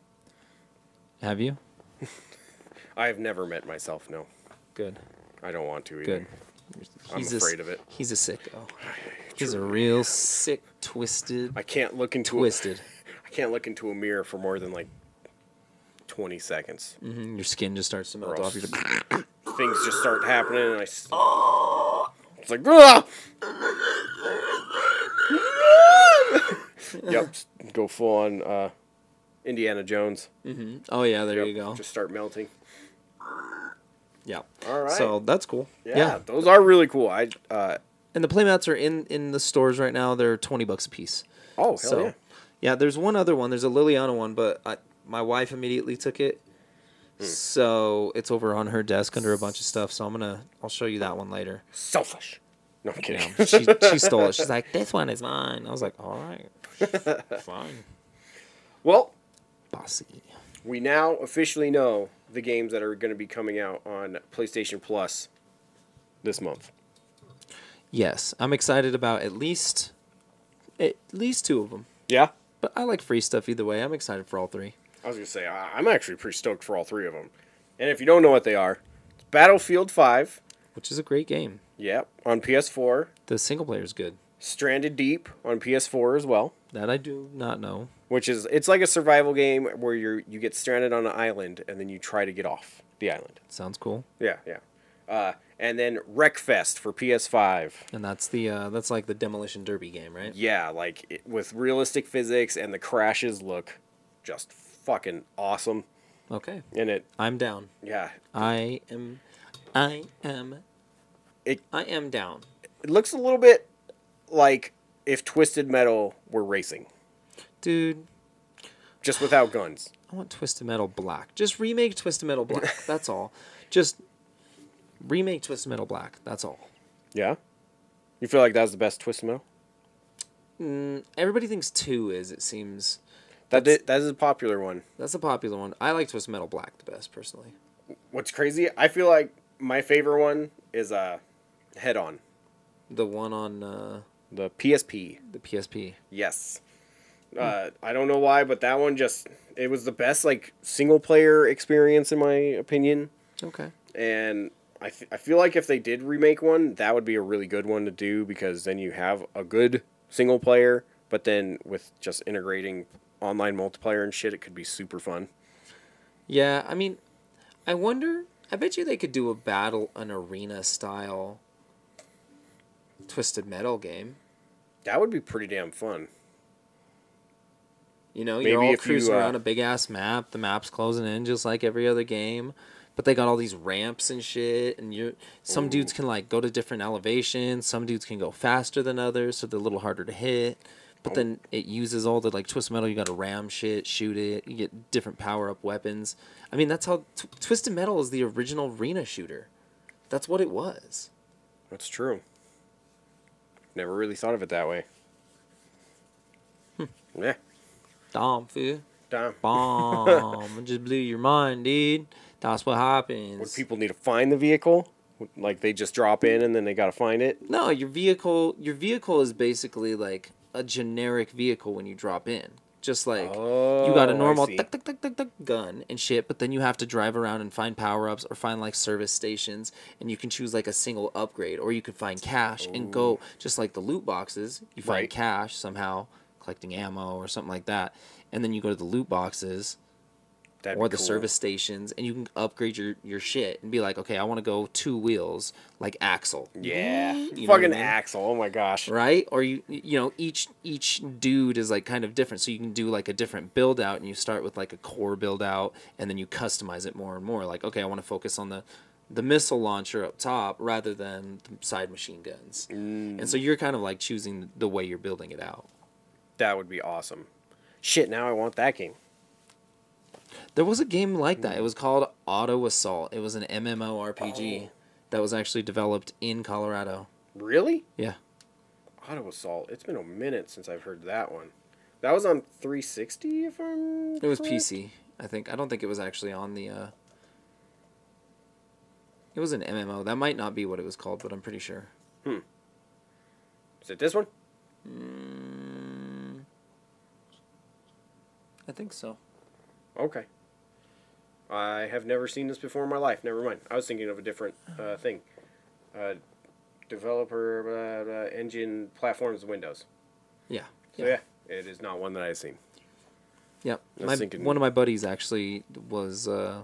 Speaker 2: have you?
Speaker 1: I have never met myself. No,
Speaker 2: Good.
Speaker 1: I don't want to either.
Speaker 2: Good.
Speaker 1: I'm
Speaker 2: a s-
Speaker 1: afraid of it.
Speaker 2: He's
Speaker 1: (sighs)
Speaker 2: a sicko. He's a real sick, twisted,
Speaker 1: I can't look into
Speaker 2: twisted.
Speaker 1: A, I can't look into a mirror for more than like 20 seconds.
Speaker 2: Mhm, Your skin just starts to melt
Speaker 1: Gross.
Speaker 2: off. You're just-
Speaker 1: Things just start happening, and I. s- It's like. "Ah!" yep, s- go full on uh, Indiana Jones.
Speaker 2: oh yeah, there
Speaker 1: Yep,
Speaker 2: you go.
Speaker 1: Just start melting.
Speaker 2: yeah.
Speaker 1: All right.
Speaker 2: So that's cool.
Speaker 1: Yeah, those are really cool. I. Uh,
Speaker 2: And the playmats are in in the stores right now. They're twenty bucks a piece.
Speaker 1: oh hell
Speaker 2: So,
Speaker 1: yeah!
Speaker 2: yeah. there's one other one. There's a Liliana one, but I, my wife immediately took it.
Speaker 1: Hmm.
Speaker 2: So it's over on her desk under a bunch of stuff. So I'm gonna, I'll show you that one later.
Speaker 1: Selfish. No I'm kidding.
Speaker 2: Um, she she stole it. She's like, this one is mine. I was like, all right, fine.
Speaker 1: (laughs) Well,
Speaker 2: Bossy.
Speaker 1: we now officially know the games that are going to be coming out on PlayStation Plus this month.
Speaker 2: Yes, I'm excited about at least at least two of them.
Speaker 1: Yeah,
Speaker 2: But I like free stuff either way. I'm excited for all three.
Speaker 1: I was going to say I- I'm actually pretty stoked for all three of them. And if you don't know what they are, it's Battlefield 5,
Speaker 2: which is a great game.
Speaker 1: yep, on PS4,
Speaker 2: The single player is good.
Speaker 1: Stranded Deep on PS4 as well.
Speaker 2: That I do not know.
Speaker 1: which is it's like a survival game where you you get stranded on an island and then you try to get off the island.
Speaker 2: Sounds cool.
Speaker 1: Yeah, yeah. Uh, and then Wreckfest for PS5.
Speaker 2: And that's the uh, that's like the demolition derby game, right?
Speaker 1: Yeah, like it, with realistic physics and the crashes look just fucking awesome.
Speaker 2: Okay,
Speaker 1: And it
Speaker 2: I'm down.
Speaker 1: yeah,
Speaker 2: I am, I am,
Speaker 1: It-
Speaker 2: I am down.
Speaker 1: it looks a little bit like if Twisted Metal were racing,
Speaker 2: Dude,
Speaker 1: just without guns.
Speaker 2: I want Twisted Metal Black. Just remake Twisted Metal Black. That's all. Just remake Twisted Metal Black. That's all.
Speaker 1: Yeah. You feel like that was the best Twisted Metal?
Speaker 2: Everybody thinks two is. It seems
Speaker 1: That did, that is a popular one.
Speaker 2: that's a popular one. I like Twisted Metal Black the best personally.
Speaker 1: What's crazy? I feel like my favorite one is uh, Head On.
Speaker 2: The one on uh,
Speaker 1: The PSP.
Speaker 2: the PSP.
Speaker 1: Yes. Uh, I don't know why, but that one just it was the best like single player experience in my opinion,
Speaker 2: Okay.
Speaker 1: and I, th- I feel like if they did remake one, that would be a really good one to do because then you have a good single player, but then with just integrating online multiplayer and shit, it could be super fun.
Speaker 2: Yeah, I mean, I wonder. I bet you they could do a battle, an arena style twisted metal game.
Speaker 1: That would be pretty damn fun.
Speaker 2: You know,
Speaker 1: Maybe
Speaker 2: you're all
Speaker 1: if you,
Speaker 2: cruising
Speaker 1: uh,
Speaker 2: around a big ass map. The map's closing in just like every other game, but they got all these ramps and shit. And you, some dudes can like go to different elevations. Some dudes can go faster than others, so they're a little harder to hit. But then it uses all the like twisted metal. You got to ram shit, shoot it. You get different power up weapons. I mean, that's how t- twisted metal is the original arena shooter. That's what it was.
Speaker 1: That's true. Never really thought of it that way.
Speaker 2: Hmm.
Speaker 1: Yeah.
Speaker 2: Dom (laughs) fool.
Speaker 1: Damn.
Speaker 2: Bomb. It just blew your mind, dude. That's what happens.
Speaker 1: Would people need to find the vehicle? Like they just drop in and then they gotta find it?
Speaker 2: No, your vehicle your vehicle is basically like a generic vehicle when you drop in. Just like you got
Speaker 1: Oh,
Speaker 2: a
Speaker 1: I
Speaker 2: normal
Speaker 1: see.
Speaker 2: tuck, tuck, tuck, tuck, tuck gun and shit, but then you have to drive around and find power ups or find like service stations, and you can choose like a single upgrade, or you could find cash and go just like the loot boxes. You find
Speaker 1: Right.
Speaker 2: cash somehow, collecting ammo or something like that, and then you go to the loot boxes
Speaker 1: That'd
Speaker 2: or
Speaker 1: be
Speaker 2: the
Speaker 1: cool.
Speaker 2: service stations and you can upgrade your, your shit and be like okay i want to go two wheels like axle
Speaker 1: Yeah.
Speaker 2: You know what I
Speaker 1: Fucking
Speaker 2: mean?
Speaker 1: Axel. Oh my gosh.
Speaker 2: right or you you know each each dude is like kind of different so you can do like a different build out and you start with like a core build out and then you customize it more and more like okay i want to focus on the the missile launcher up top rather than the side machine guns and so you're kind of like choosing the way you're building it out
Speaker 1: That would be awesome. Shit, now I want that game.
Speaker 2: There was a game like that. It was called Auto Assault. It was an MMORPG that was actually developed in Colorado.
Speaker 1: Really?
Speaker 2: Yeah.
Speaker 1: Auto Assault. It's been a minute since I've heard that one. That was on 360 if I'm
Speaker 2: It was
Speaker 1: correct?
Speaker 2: PC, I think. I don't think it was actually on the uh It was an MMO. That might not be what it was called, but I'm pretty sure.
Speaker 1: Is it this one?
Speaker 2: I think so.
Speaker 1: Okay. I have never seen this before in my life. Never mind. I was thinking of a different uh, thing. Uh, developer blah, blah, engine platforms Windows.
Speaker 2: Yeah.
Speaker 1: So yeah. it is not one that I've seen.
Speaker 2: Yep.
Speaker 1: I
Speaker 2: My,
Speaker 1: was thinking-
Speaker 2: one of my buddies actually was uh,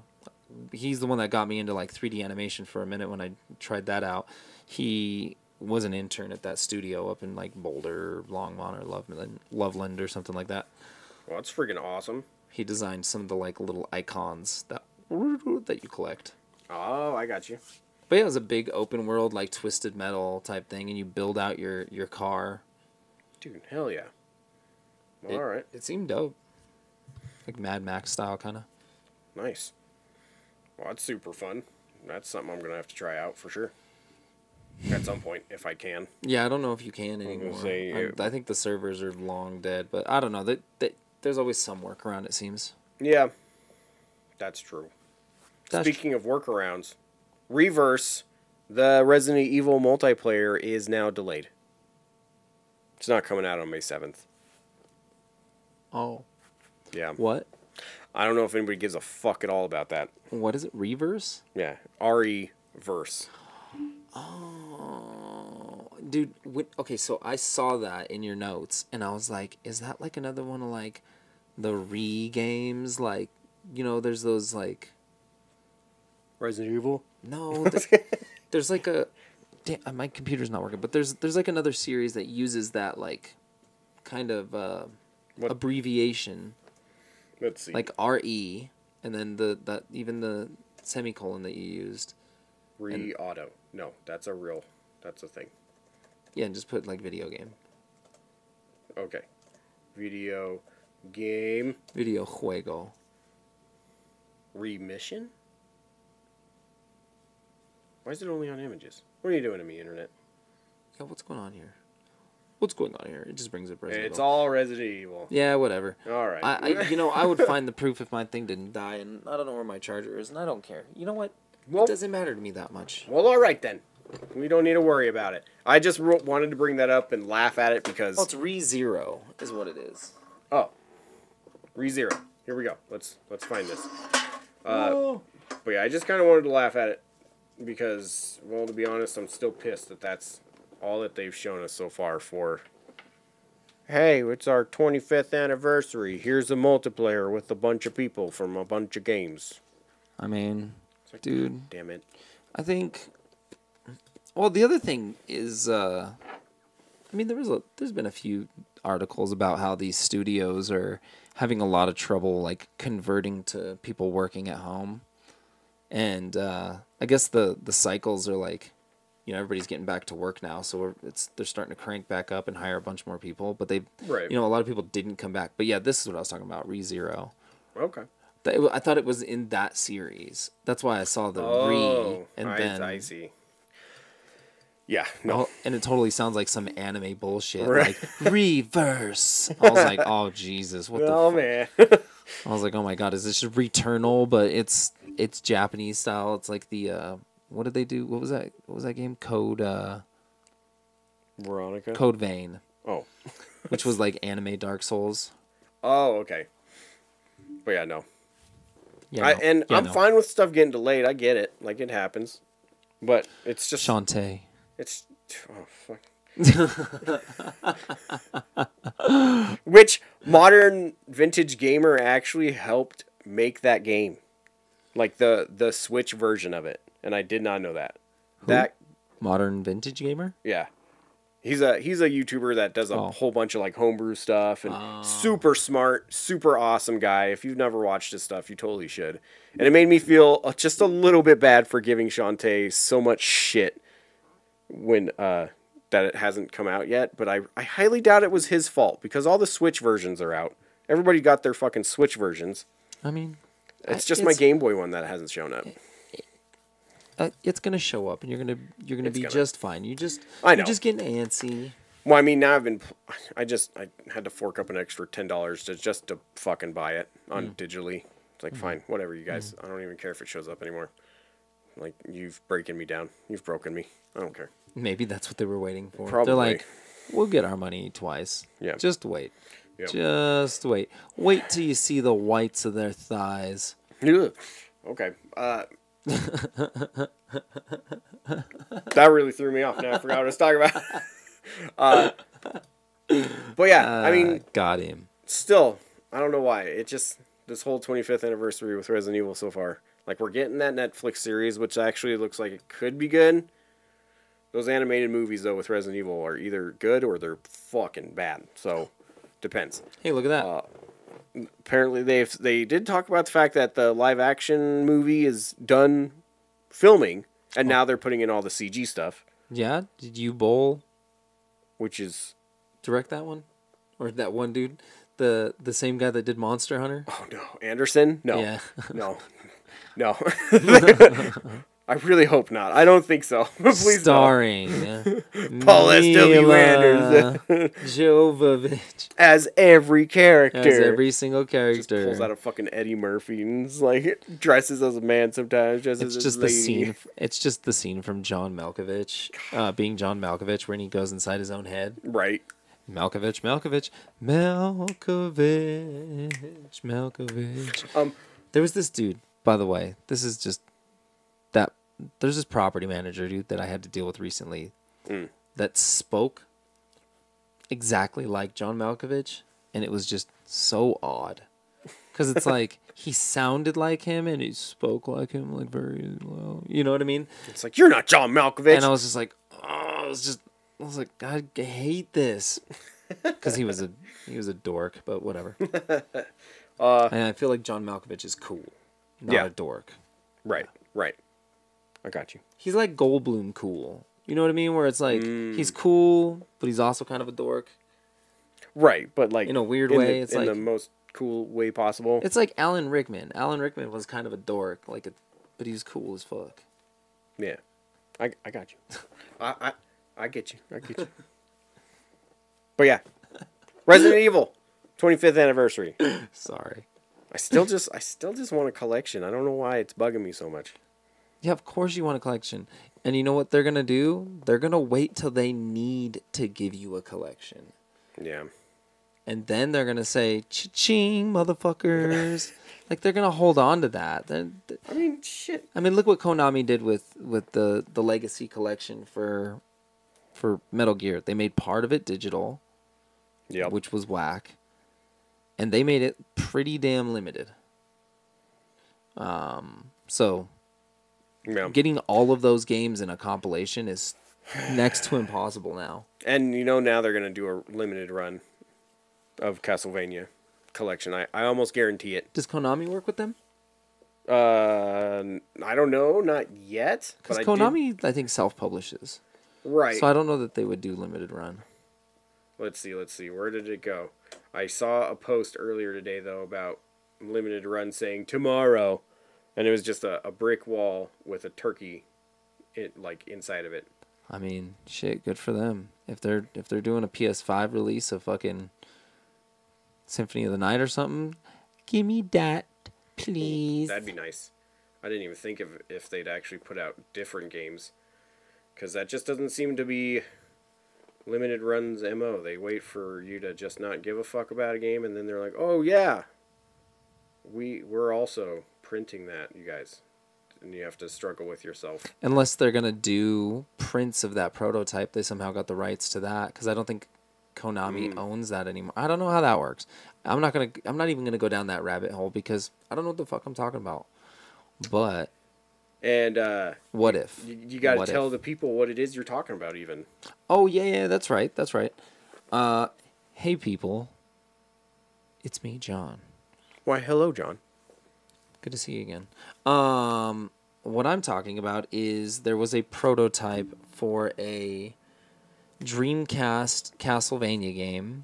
Speaker 2: he's the one that got me into like 3D animation for a minute when I tried that out. He was an intern at that studio up in like Boulder, Longmont or Loveland, Loveland or something like that.
Speaker 1: Well, that's freaking awesome.
Speaker 2: He designed some of the like little icons that that you collect.
Speaker 1: Oh, I got you.
Speaker 2: But yeah, it was a big open world like twisted metal type thing and you build out your your car.
Speaker 1: Dude, hell yeah.
Speaker 2: It-
Speaker 1: All right.
Speaker 2: It seemed dope. Like Mad Max style kind of.
Speaker 1: Nice. Well, that's super fun. That's something I'm going to have to try out for sure. At some point, if I can.
Speaker 2: Yeah, I don't know if you can anymore.
Speaker 1: say,
Speaker 2: I, I think the servers are long dead, but I don't know. That that There's always some workaround, it seems.
Speaker 1: Yeah, that's true.
Speaker 2: That's
Speaker 1: Speaking of workarounds, Reverse, the Resident Evil multiplayer is now delayed. It's not coming out on May 7th.
Speaker 2: oh,
Speaker 1: Yeah.
Speaker 2: what?
Speaker 1: I don't know if anybody gives a fuck at all about that.
Speaker 2: What is it? Reverse?
Speaker 1: Yeah. RE verse.
Speaker 2: Oh, dude. When, okay, so I saw that in your notes, and I was like, is that like another one of like the re games? Like, you know, there's those like
Speaker 1: Resident Evil?
Speaker 2: no. th- there's like a damn, uh, my computer's not working, but there's there's like another series that uses that like kind of uh,
Speaker 1: What?
Speaker 2: abbreviation
Speaker 1: Let's see.
Speaker 2: like re and then the that even the semicolon that you used
Speaker 1: Re auto. No, that's a real. That's a thing.
Speaker 2: yeah and just put like video game
Speaker 1: Okay. Video game
Speaker 2: video juego
Speaker 1: remission? Why is it only on images? What are you doing to me, internet?
Speaker 2: yeah what's going on here what's going on here it just brings up Resident
Speaker 1: It's
Speaker 2: Evil.
Speaker 1: all Resident Evil.
Speaker 2: yeah whatever
Speaker 1: All right.
Speaker 2: (laughs) I, I you know i would find the proof if my thing didn't die and i don't know where my charger is and i don't care you know what
Speaker 1: Well-
Speaker 2: it doesn't matter to me that much
Speaker 1: Well, all right then. We don't need to worry about it. I just ro- wanted to bring that up and laugh at it because
Speaker 2: oh it's re zero is what it is
Speaker 1: oh, re zero. Here we go. Let's let's find this.
Speaker 2: oh.
Speaker 1: But yeah, I just kind of wanted to laugh at it because, well, to be honest, I'm still pissed that that's all that they've shown us so far for. Hey, it's our 25th anniversary. Here's a multiplayer with a bunch of people from a bunch of games.
Speaker 2: i mean
Speaker 1: It's like,
Speaker 2: dude
Speaker 1: damn it.
Speaker 2: I think. Well, the other thing is, uh, I mean, there was a, there's been a few articles about how these studios are having a lot of trouble like converting to people working at home, and uh, I guess the the cycles are like, you know, everybody's getting back to work now, so we're, it's they're starting to crank back up and hire a bunch more people, but they,
Speaker 1: Right.
Speaker 2: you know, a lot of people didn't come back. But yeah, this is what I was talking about, ReZero. Zero.
Speaker 1: Okay.
Speaker 2: That- I thought it was in that series. That's why I saw the re,
Speaker 1: Oh,
Speaker 2: and
Speaker 1: I,
Speaker 2: then
Speaker 1: I see. Yeah, no.
Speaker 2: Oh, and it totally sounds like some anime bullshit.
Speaker 1: Right.
Speaker 2: Like reverse. I was like, oh Jesus, what the?
Speaker 1: Oh
Speaker 2: F-?
Speaker 1: man. (laughs)
Speaker 2: I was like, oh my god, is this just Returnal? But it's it's Japanese style. It's like the uh, what did they do? What was that? What was that game? Code uh,
Speaker 1: Veronica.
Speaker 2: Code Vein,
Speaker 1: oh.
Speaker 2: which was like anime Dark Souls.
Speaker 1: Oh, okay. But yeah, no.
Speaker 2: Yeah,
Speaker 1: I
Speaker 2: no.
Speaker 1: and
Speaker 2: Yeah,
Speaker 1: I'm
Speaker 2: no.
Speaker 1: fine with stuff getting delayed. I get it. Like it happens. But it's just
Speaker 2: Shantae.
Speaker 1: it's oh fuck. (laughs) Which modern vintage gamer actually helped make that game. Like the the Switch version of it. And I did not know that. That
Speaker 2: Modern vintage gamer.
Speaker 1: Yeah. He's a he's a YouTuber that does a
Speaker 2: Oh.
Speaker 1: whole bunch of like homebrew stuff and super smart, super awesome guy. If you've never watched his stuff, you totally should. And it made me feel uh, just a little bit bad for giving Shantae so much shit when uh that it hasn't come out yet, but I I highly doubt it was his fault because all the Switch versions are out. Everybody got their fucking Switch versions.
Speaker 2: I mean,
Speaker 1: It's
Speaker 2: I-
Speaker 1: just my Game Boy one that hasn't shown up.
Speaker 2: Uh, it's gonna show up, and you're gonna you're gonna be
Speaker 1: gonna-
Speaker 2: just fine. You just
Speaker 1: I know.
Speaker 2: You're just getting antsy.
Speaker 1: Well, I mean, now I've been, I just, I had to fork up an extra ten dollars to just to fucking buy it on digitally. It's like, fine, whatever, you guys. I don't even care if it shows up anymore. Like, you've breaking me down. You've broken me. I don't care.
Speaker 2: Maybe that's what they were waiting for.
Speaker 1: Probably.
Speaker 2: They're like, we'll get our money twice.
Speaker 1: Yeah.
Speaker 2: Just wait.
Speaker 1: Yeah.
Speaker 2: Just wait. Wait till you see the whites of their thighs.
Speaker 1: Ugh. okay. Uh, that really threw me off. Now I forgot what I was talking about. (laughs) uh, but yeah, I mean,
Speaker 2: Uh, got him.
Speaker 1: still, I don't know why. It just this whole 25th anniversary with Resident Evil so far. Like we're getting that Netflix series, which actually looks like it could be good. Those animated movies though with Resident Evil are either good or they're fucking bad. So depends.
Speaker 2: Hey, look at that.
Speaker 1: Apparently they have they did talk about the fact that the live action movie is done filming and now they're putting in all the CG stuff,
Speaker 2: yeah. Did you bowl
Speaker 1: which is
Speaker 2: direct that one, or that one dude, the the same guy that did Monster Hunter?
Speaker 1: oh no, Anderson? No.
Speaker 2: Yeah.
Speaker 1: No. No. I really hope not. I don't think so. (laughs) (laughs) Please
Speaker 2: starring
Speaker 1: (laughs) Paul S.W.
Speaker 2: Mila
Speaker 1: Landers.
Speaker 2: Jovovich
Speaker 1: don't. (laughs) As every character.
Speaker 2: as every single
Speaker 1: just pulls out
Speaker 2: character.
Speaker 1: a fucking Eddie Murphy and is like dresses as a man sometimes. Dresses
Speaker 2: It's
Speaker 1: as
Speaker 2: just
Speaker 1: a
Speaker 2: the
Speaker 1: lady.
Speaker 2: scene. It's just the scene from John Malkovich, uh, being John Malkovich, when he goes inside his own head.
Speaker 1: Right.
Speaker 2: Malkovich, Malkovich, Malkovich, Malkovich.
Speaker 1: Um,
Speaker 2: There was this dude, by the way. This is just that. There's this property manager dude that I had to deal with recently that spoke exactly like John Malkovich, and it was just so odd. Because it's like he sounded like him and he spoke like him, like very low. You know what I mean?
Speaker 1: It's like you're not John Malkovich.
Speaker 2: and I was just like, oh, I was just, I was like, I hate this, because he was a he was a dork, but whatever. and I feel like John Malkovich is cool, not
Speaker 1: Yeah.
Speaker 2: a dork.
Speaker 1: Right. Right. I got you.
Speaker 2: He's like Goldblum cool. You know what I mean? Where it's like he's cool, but he's also kind of a dork.
Speaker 1: Right, but like
Speaker 2: In a weird
Speaker 1: the-
Speaker 2: way, it's
Speaker 1: in the
Speaker 2: like-
Speaker 1: most cool way possible.
Speaker 2: It's like Alan Rickman. Alan Rickman was kind of a dork, like, a, but he's cool as fuck.
Speaker 1: yeah, I I got you. (laughs) I I I get you. I get you. but yeah, Resident Evil, 25th anniversary.
Speaker 2: Sorry.
Speaker 1: I still just I still just want a collection. I don't know why it's bugging me so much.
Speaker 2: Yeah, of course you want a collection. And you know what they're gonna do? They're gonna wait till they need to give you a collection.
Speaker 1: Yeah.
Speaker 2: and then they're gonna say "cha-ching,
Speaker 1: (laughs)
Speaker 2: motherfuckers." like they're gonna hold on to that. They're- th-
Speaker 1: I mean, shit.
Speaker 2: I mean, look what Konami did with with the the Legacy Collection for for Metal Gear. They made part of it digital,
Speaker 1: Yeah.
Speaker 2: which was whack, and they made it pretty damn limited. Um, so
Speaker 1: yeah.
Speaker 2: getting all of those games in a compilation is next to impossible now.
Speaker 1: And you know now they're gonna do a limited run of Castlevania collection. I, I almost guarantee it.
Speaker 2: Does Konami work with them?
Speaker 1: Uh, n- I don't know, not yet. but
Speaker 2: Because
Speaker 1: I did-
Speaker 2: Konami, I think, self publishes.
Speaker 1: right?
Speaker 2: So I don't know that they would do limited run.
Speaker 1: Let's see, let's see. Where did it go? I saw a post earlier today though about limited run saying tomorrow, and it was just a, a brick wall with a turkey, it like inside of it.
Speaker 2: I mean, shit, good for them. If they're if they're doing a PS5 release of fucking Symphony of the Night or something, give me that, please.
Speaker 1: That'd be nice. I didn't even think of if they'd actually put out different games, because that just doesn't seem to be limited runs mo. They wait for you to just not give a fuck about a game, and then they're like, oh yeah, we we're also printing that, you guys, and you have to struggle with yourself.
Speaker 2: Unless they're gonna do prints of that prototype, they somehow got the rights to that because I don't think
Speaker 1: Hmm.
Speaker 2: Konami owns that anymore. I don't know how that works. I'm not gonna. I'm not even gonna go down that rabbit hole because I don't know what the fuck I'm talking about. But
Speaker 1: And uh,
Speaker 2: what if
Speaker 1: you, you got
Speaker 2: What
Speaker 1: to
Speaker 2: if?
Speaker 1: tell the people what it is you're talking about, even.
Speaker 2: Oh yeah, yeah, that's right, that's right. Uh, hey people, it's me, John.
Speaker 1: Why, hello, John.
Speaker 2: Good to see you again. Um, what I'm talking about is there was a prototype for a Dreamcast Castlevania game,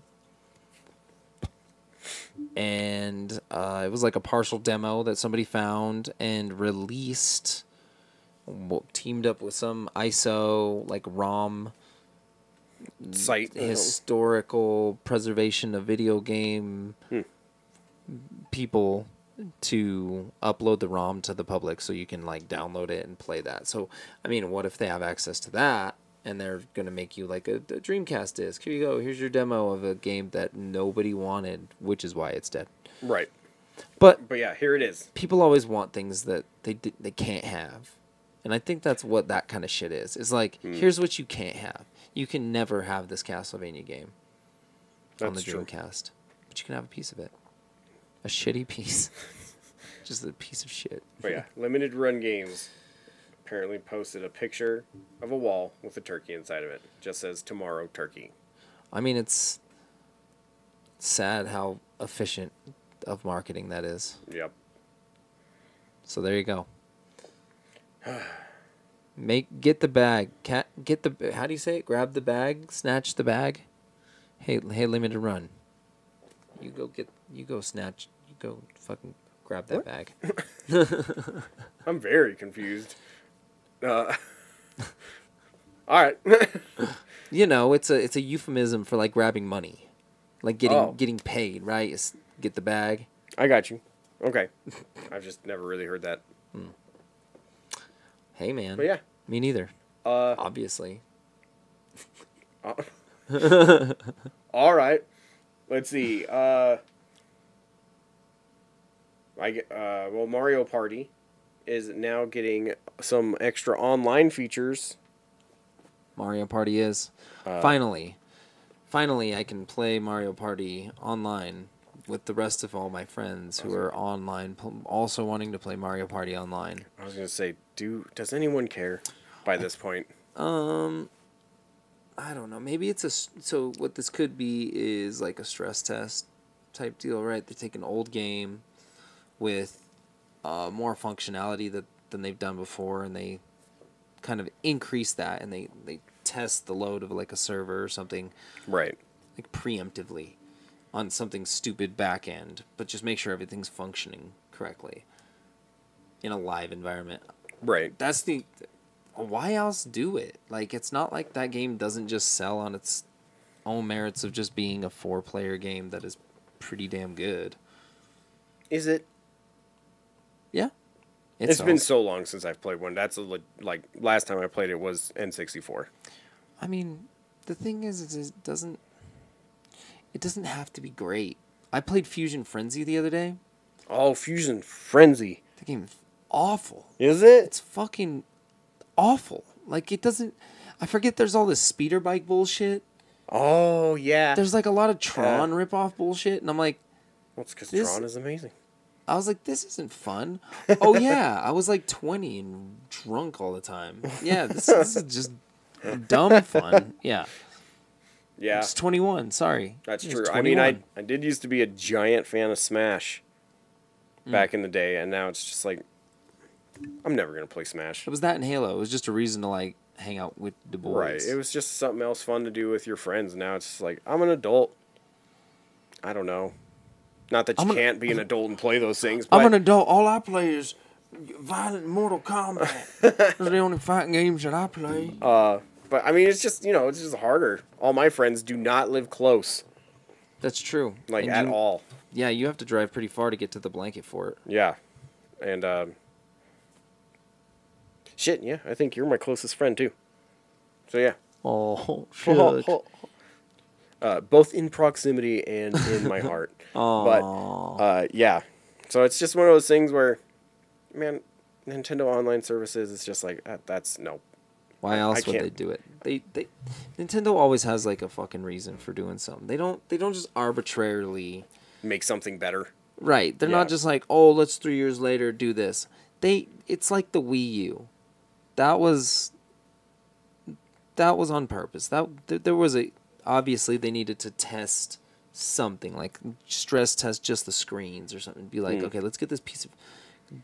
Speaker 2: and uh, it was like a partial demo that somebody found and released. w- Teamed up with some ISO like ROM
Speaker 1: Site.
Speaker 2: historical preservation of video game people to upload the ROM to the public so you can like download it and play that. So, I mean, what if they have access to that and they're going to make you like a, a Dreamcast disc? Here you go. Here's your demo of a game that nobody wanted, which is why it's dead.
Speaker 1: Right.
Speaker 2: But
Speaker 1: But yeah, here it is.
Speaker 2: people always want things that they di- they can't have, and I think that's what that kind of shit is. It's like
Speaker 1: Hmm.
Speaker 2: here's what you can't have. You can never have this Castlevania game on the
Speaker 1: That's true.
Speaker 2: Dreamcast, but you can have a piece of it, a
Speaker 1: (laughs)
Speaker 2: shitty piece, just a piece of shit.
Speaker 1: But Oh, yeah, (laughs) Limited Run Games apparently posted a picture of a wall with a turkey inside of it. Just says tomorrow turkey.
Speaker 2: I mean, it's sad how efficient of marketing that is.
Speaker 1: Yep.
Speaker 2: So there you go. Make get the bag. Cat get the how do you say it? Grab the bag, snatch the bag. Hey hey limited run. You go get you go snatch you go fucking grab that bag.
Speaker 1: I'm very confused. Uh, (laughs) All right. (laughs)
Speaker 2: You know, it's a it's a euphemism for like grabbing money, like getting
Speaker 1: Oh.
Speaker 2: getting paid, right? It's get the bag.
Speaker 1: I got you. Okay. I've just never really heard that.
Speaker 2: Hey man.
Speaker 1: But yeah.
Speaker 2: Me neither.
Speaker 1: Uh,
Speaker 2: Obviously.
Speaker 1: All right. Let's see. Uh, I get, uh, well, Mario Party is now getting some extra online features.
Speaker 2: Mario Party is. finally. Finally I can play Mario Party online with the rest of all my friends who are online pl- also wanting to play Mario Party online.
Speaker 1: I was gonna say, do does anyone care by this point?
Speaker 2: Um I don't know. Maybe it's a s- so what this could be is like a stress test type deal, right? They take an old game with uh, more functionality that than they've done before, and they kind of increase that, and they they test the load of like a server or something
Speaker 1: Right.
Speaker 2: like preemptively on something stupid back end, but just make sure everything's functioning correctly in a live environment.
Speaker 1: Right.
Speaker 2: That's the why else do it? Like it's not like that game doesn't just sell on its own merits of just being a four player game that is pretty damn good.
Speaker 1: Is it?
Speaker 2: Yeah. It
Speaker 1: it's been
Speaker 2: sells.
Speaker 1: so long since I've played one. That's a le- like last time I played it was N64.
Speaker 2: I mean, the thing is, is it doesn't it doesn't have to be great. I played Fusion Frenzy the other day.
Speaker 1: Oh, Fusion Frenzy.
Speaker 2: The game's awful.
Speaker 1: Is it?
Speaker 2: it's fucking awful. Like it doesn't. I forget there's all this speeder bike bullshit.
Speaker 1: Oh yeah.
Speaker 2: There's like a lot of Tron
Speaker 1: Yeah.
Speaker 2: ripoff bullshit, and I'm like,
Speaker 1: well, it's because
Speaker 2: this-
Speaker 1: Tron is amazing.
Speaker 2: I was like, this isn't fun. Oh
Speaker 1: (laughs)
Speaker 2: yeah, I was like 20 and drunk all the time. Yeah, this, this is just dumb fun. Yeah,
Speaker 1: Yeah,
Speaker 2: it's 21. Sorry,
Speaker 1: that's
Speaker 2: It's
Speaker 1: true. I mean, I
Speaker 2: 21.
Speaker 1: I did used to be a giant fan of Smash
Speaker 2: Hmm.
Speaker 1: back in the day, and now it's just like I'm never gonna play Smash.
Speaker 2: it was that in Halo. It was just a reason to like hang out with the boys.
Speaker 1: Right. It was just something else fun to do with your friends. Now it's just like I'm an adult. I don't know. Not that you
Speaker 2: I'm an-
Speaker 1: can't be an adult and play those things. But
Speaker 2: I'm an adult. All I play is violent Mortal Kombat. Those are the only fighting games that I play.
Speaker 1: Uh, But I mean, it's just you know, it's just harder. All my friends do not live close,
Speaker 2: That's true.
Speaker 1: like
Speaker 2: And
Speaker 1: at
Speaker 2: you-
Speaker 1: all.
Speaker 2: Yeah, you have to drive pretty far to get to the blanket fort.
Speaker 1: Yeah, and um, shit. Yeah, I think you're my closest friend too. So yeah,
Speaker 2: Oh,
Speaker 1: Uh, both in proximity and in
Speaker 2: (laughs)
Speaker 1: my heart. but uh, yeah, so it's just one of those things where, man, Nintendo Online Services is just like uh, that's no.
Speaker 2: Why
Speaker 1: I
Speaker 2: else would
Speaker 1: can't-
Speaker 2: they do it? They they Nintendo always has like a fucking reason for doing something. They don't they don't just arbitrarily
Speaker 1: Make something better.
Speaker 2: Right. They're not
Speaker 1: Yeah.
Speaker 2: just like, "Oh, let's 3 years later do this." They it's like the Wii U. That was that was on purpose. That th- there was a obviously they needed to test something like stress test just the screens or something. Be
Speaker 1: Hmm.
Speaker 2: like, okay, let's get this piece of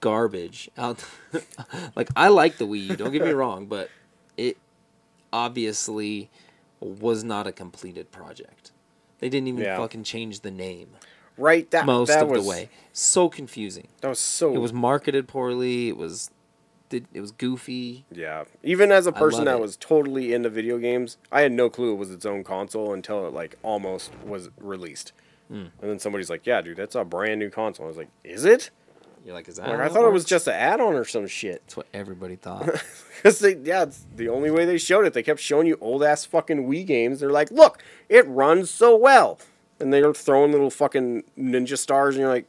Speaker 2: garbage out. (laughs) like I like the Wii U.
Speaker 1: (laughs)
Speaker 2: Don't get me wrong, but it obviously was not a completed project. They didn't even
Speaker 1: Yeah.
Speaker 2: fucking change the name
Speaker 1: Right. That
Speaker 2: (laughs) most
Speaker 1: that
Speaker 2: of
Speaker 1: was,
Speaker 2: the way. So confusing.
Speaker 1: That was so.
Speaker 2: It was marketed poorly. It was, did- it was goofy.
Speaker 1: Yeah. Even as a person
Speaker 2: love
Speaker 1: that
Speaker 2: it.
Speaker 1: was totally into video games, I had no clue it was its own console until it like almost was released.
Speaker 2: Hmm.
Speaker 1: And then somebody's like, "Yeah, dude, that's a brand new console." I was like, "Is it?"
Speaker 2: You're like, is that?
Speaker 1: Like,
Speaker 2: how
Speaker 1: I thought it was
Speaker 2: works?"
Speaker 1: just an add-on or some shit.
Speaker 2: That's what
Speaker 1: (laughs)
Speaker 2: everybody thought.
Speaker 1: 'Cause they, yeah, it's the only way they showed it. They kept showing you old ass fucking Wii games. They're like, "Look, it runs so well," and they're throwing little fucking ninja stars, and you're like,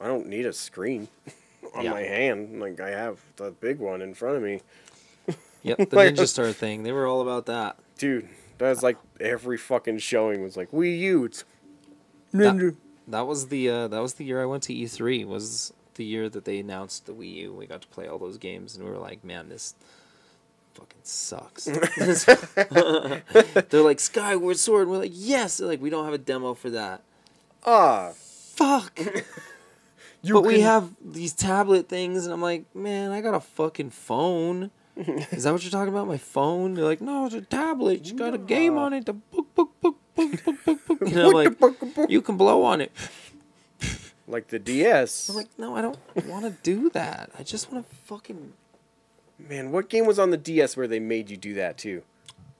Speaker 1: "I don't need a screen (laughs) on
Speaker 2: Yeah.
Speaker 1: my hand. Like I have the big one in front of me."
Speaker 2: yep, the
Speaker 1: Like- uh,
Speaker 2: Ninja Star thing. They were all about that.
Speaker 1: Dude, that was like every fucking showing was like Wii U. It's
Speaker 2: That, that was the uh, that was the year I went to E3. Was the year that they announced the Wii U. We got to play all those games, and we were like, man, this fucking
Speaker 1: (laughs)
Speaker 2: sucks. (laughs) They're like Skyward Sword. And we're like, yes. They're like, we don't have a demo for that.
Speaker 1: ah,
Speaker 2: Fuck.
Speaker 1: you
Speaker 2: but we
Speaker 1: can-
Speaker 2: have these tablet things, and I'm like, man, I got a
Speaker 1: (laughs)
Speaker 2: fucking phone. Is that what you're talking about? My phone? They're like, no, it's a tablet. You got a game on it. The book, book, book, book, book,
Speaker 1: (laughs)
Speaker 2: book, book. And I'm like, you can blow on it.
Speaker 1: like the DS.
Speaker 2: I'm like, no, I don't want to do that. I just want to fucking
Speaker 1: Man, what game was on the DS where they made you do that too?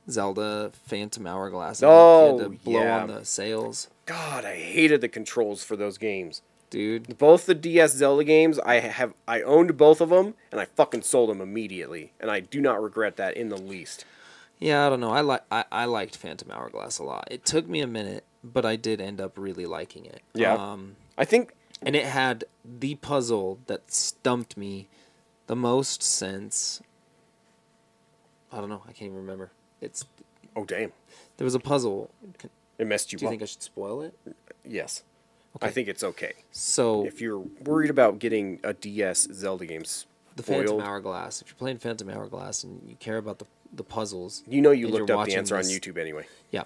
Speaker 2: Zelda Phantom Hourglass.
Speaker 1: Oh,
Speaker 2: You had to blow
Speaker 1: yeah.
Speaker 2: on the sails,
Speaker 1: God, I hated the controls for those games.
Speaker 2: dude.
Speaker 1: Both the DS Zelda games, I have I owned both of them and I fucking sold them immediately, and I do not regret that in the least.
Speaker 2: Yeah, I don't know. I like I, I liked Phantom Hourglass a lot. It took me a minute, but I did end up really liking it.
Speaker 1: Yeah.
Speaker 2: Um,
Speaker 1: I think
Speaker 2: and it had the puzzle that stumped me the most since I don't know. I can't even remember. It's
Speaker 1: oh damn,
Speaker 2: there was a puzzle. Can,
Speaker 1: it messed you
Speaker 2: do you
Speaker 1: up.
Speaker 2: think I should spoil it?
Speaker 1: yes, I think it's okay.
Speaker 2: So
Speaker 1: If you're worried about getting a DS Zelda game
Speaker 2: the
Speaker 1: spoiled,
Speaker 2: Phantom Hourglass. If you're playing Phantom Hourglass and you care about the the puzzles,
Speaker 1: you know you
Speaker 2: and you're
Speaker 1: looked up the
Speaker 2: watching
Speaker 1: answer
Speaker 2: this-
Speaker 1: on YouTube anyway.
Speaker 2: Yeah.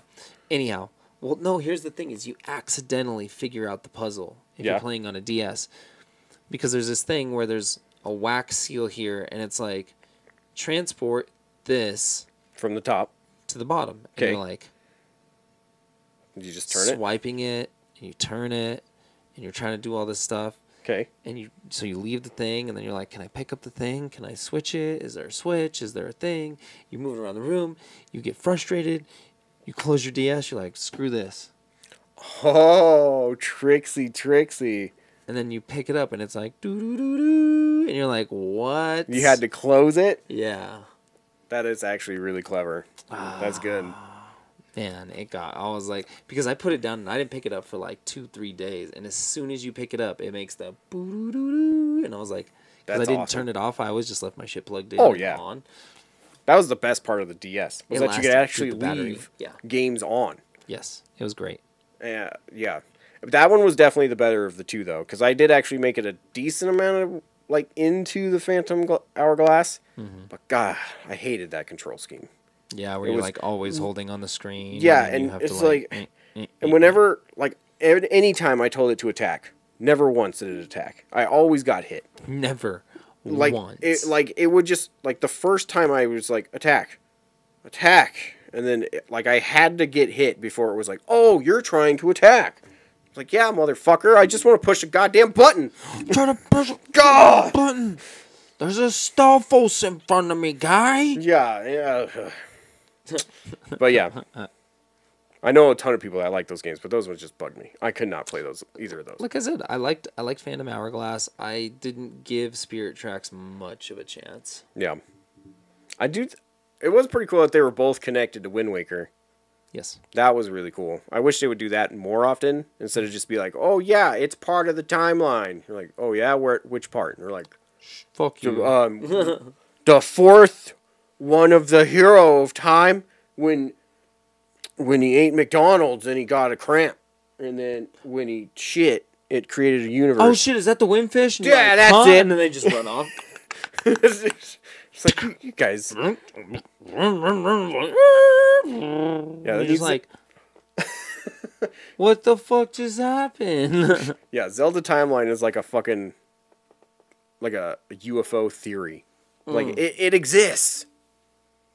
Speaker 2: Anyhow, well, no. Here's the thing: is you accidentally figure out the puzzle if
Speaker 1: Yeah.
Speaker 2: you're playing on a DS, because there's this thing where there's a wax seal here, and it's like transport this
Speaker 1: From the top,
Speaker 2: to the bottom, and
Speaker 1: Okay.
Speaker 2: you're like
Speaker 1: you just turn
Speaker 2: swiping it, and you turn it, and you're trying to do all this stuff.
Speaker 1: it. Okay,
Speaker 2: and you so you leave the thing and then you're like can i pick up the thing can i switch it is there a switch is there a thing you move it around the room you get frustrated you close your ds you're like screw this
Speaker 1: Oh, Trixie, Trixie.
Speaker 2: and then you pick it up and it's like doo doo doo doo and you're like what
Speaker 1: You had to close it?
Speaker 2: yeah
Speaker 1: That is actually really clever. That's good.
Speaker 2: Ah. man it got i was like because i put it down and i didn't pick it up for like two three days and as soon as you pick it up it makes the boo doo doo doo and i was like because i
Speaker 1: That's
Speaker 2: didn't
Speaker 1: awesome.
Speaker 2: turn it off i always just left my shit plugged in
Speaker 1: Oh,
Speaker 2: and
Speaker 1: yeah.
Speaker 2: on
Speaker 1: That was the best part of the DS. Was
Speaker 2: It
Speaker 1: that you could
Speaker 2: lasted through
Speaker 1: actually
Speaker 2: the battery.
Speaker 1: leave
Speaker 2: Yeah.
Speaker 1: games on.
Speaker 2: yes it was great
Speaker 1: Yeah, yeah. That one was definitely the better of the two though, because I did actually make it a decent amount of like into the Phantom Gla- Hourglass.
Speaker 2: Mm-hmm.
Speaker 1: But God, I hated that control scheme.
Speaker 2: Yeah, where
Speaker 1: It
Speaker 2: you're
Speaker 1: was-
Speaker 2: like always holding on the screen.
Speaker 1: Yeah,
Speaker 2: then you
Speaker 1: and
Speaker 2: have
Speaker 1: it's
Speaker 2: to
Speaker 1: like,
Speaker 2: eh, eh,
Speaker 1: and whenever like at any time I told it to attack, never once did it attack. I always got hit.
Speaker 2: never
Speaker 1: like
Speaker 2: once.
Speaker 1: it like it would just like the first time I was like attack, attack, and then it, like I had to get hit before it was like oh you're trying to attack. It's like yeah motherfucker I just want to push a goddamn button.
Speaker 2: try to push a
Speaker 1: God.
Speaker 2: button. There's a Stalfos in front of me, guy.
Speaker 1: Yeah yeah. but yeah. I know a ton of people that like those games, but those ones just bugged me. I could not play those either of those.
Speaker 2: Like I said, I liked I liked Phantom Hourglass. I didn't give Spirit Tracks much of a chance.
Speaker 1: Yeah, I do. th- it was pretty cool that they were both connected to Wind Waker.
Speaker 2: Yes.
Speaker 1: That was really cool. I wish they would do that more often instead of just be like, "Oh yeah, it's part of the timeline." You're like, "Oh yeah, where? Which part?" And they're like,
Speaker 2: Fuck you.
Speaker 1: "Um, the fourth one of the hero of time when when he ate McDonald's and he got a cramp, and then when he shit, it created a universe."
Speaker 2: oh shit, is that the windfish? And you're
Speaker 1: Yeah,
Speaker 2: like,
Speaker 1: that's
Speaker 2: huh?
Speaker 1: it.
Speaker 2: And then they just run (laughs) off.
Speaker 1: (laughs) it's like "You- you guys, yeah,
Speaker 2: You're
Speaker 1: that
Speaker 2: just
Speaker 1: needs to- (laughs)
Speaker 2: like, what the fuck just happened?
Speaker 1: yeah, Zelda timeline is like a fucking like a, a UFO theory. Like
Speaker 2: Mm.
Speaker 1: it, it exists.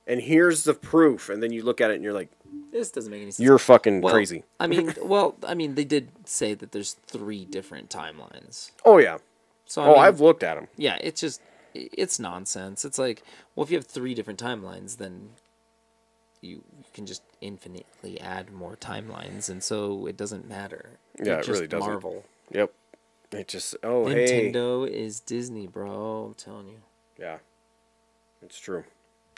Speaker 1: And here's the proof. And then you look at it and you're like,
Speaker 2: (laughs) this doesn't make any sense.
Speaker 1: you're fucking
Speaker 2: Well,
Speaker 1: crazy. (laughs)
Speaker 2: I mean, well, I mean, they did say that there's three different timelines.
Speaker 1: Oh yeah.
Speaker 2: So I
Speaker 1: Oh,
Speaker 2: mean,
Speaker 1: I've looked at them.
Speaker 2: yeah, it's just i- it's nonsense. It's like, well, if you have three different timelines, then you you can just infinitely add more timelines, and so it doesn't matter.
Speaker 1: Yeah,
Speaker 2: You're
Speaker 1: it
Speaker 2: just
Speaker 1: really doesn't.
Speaker 2: Marvel,
Speaker 1: Yep. It just oh hey.
Speaker 2: Nintendo is Disney, bro. I'm telling you.
Speaker 1: Yeah. It's true.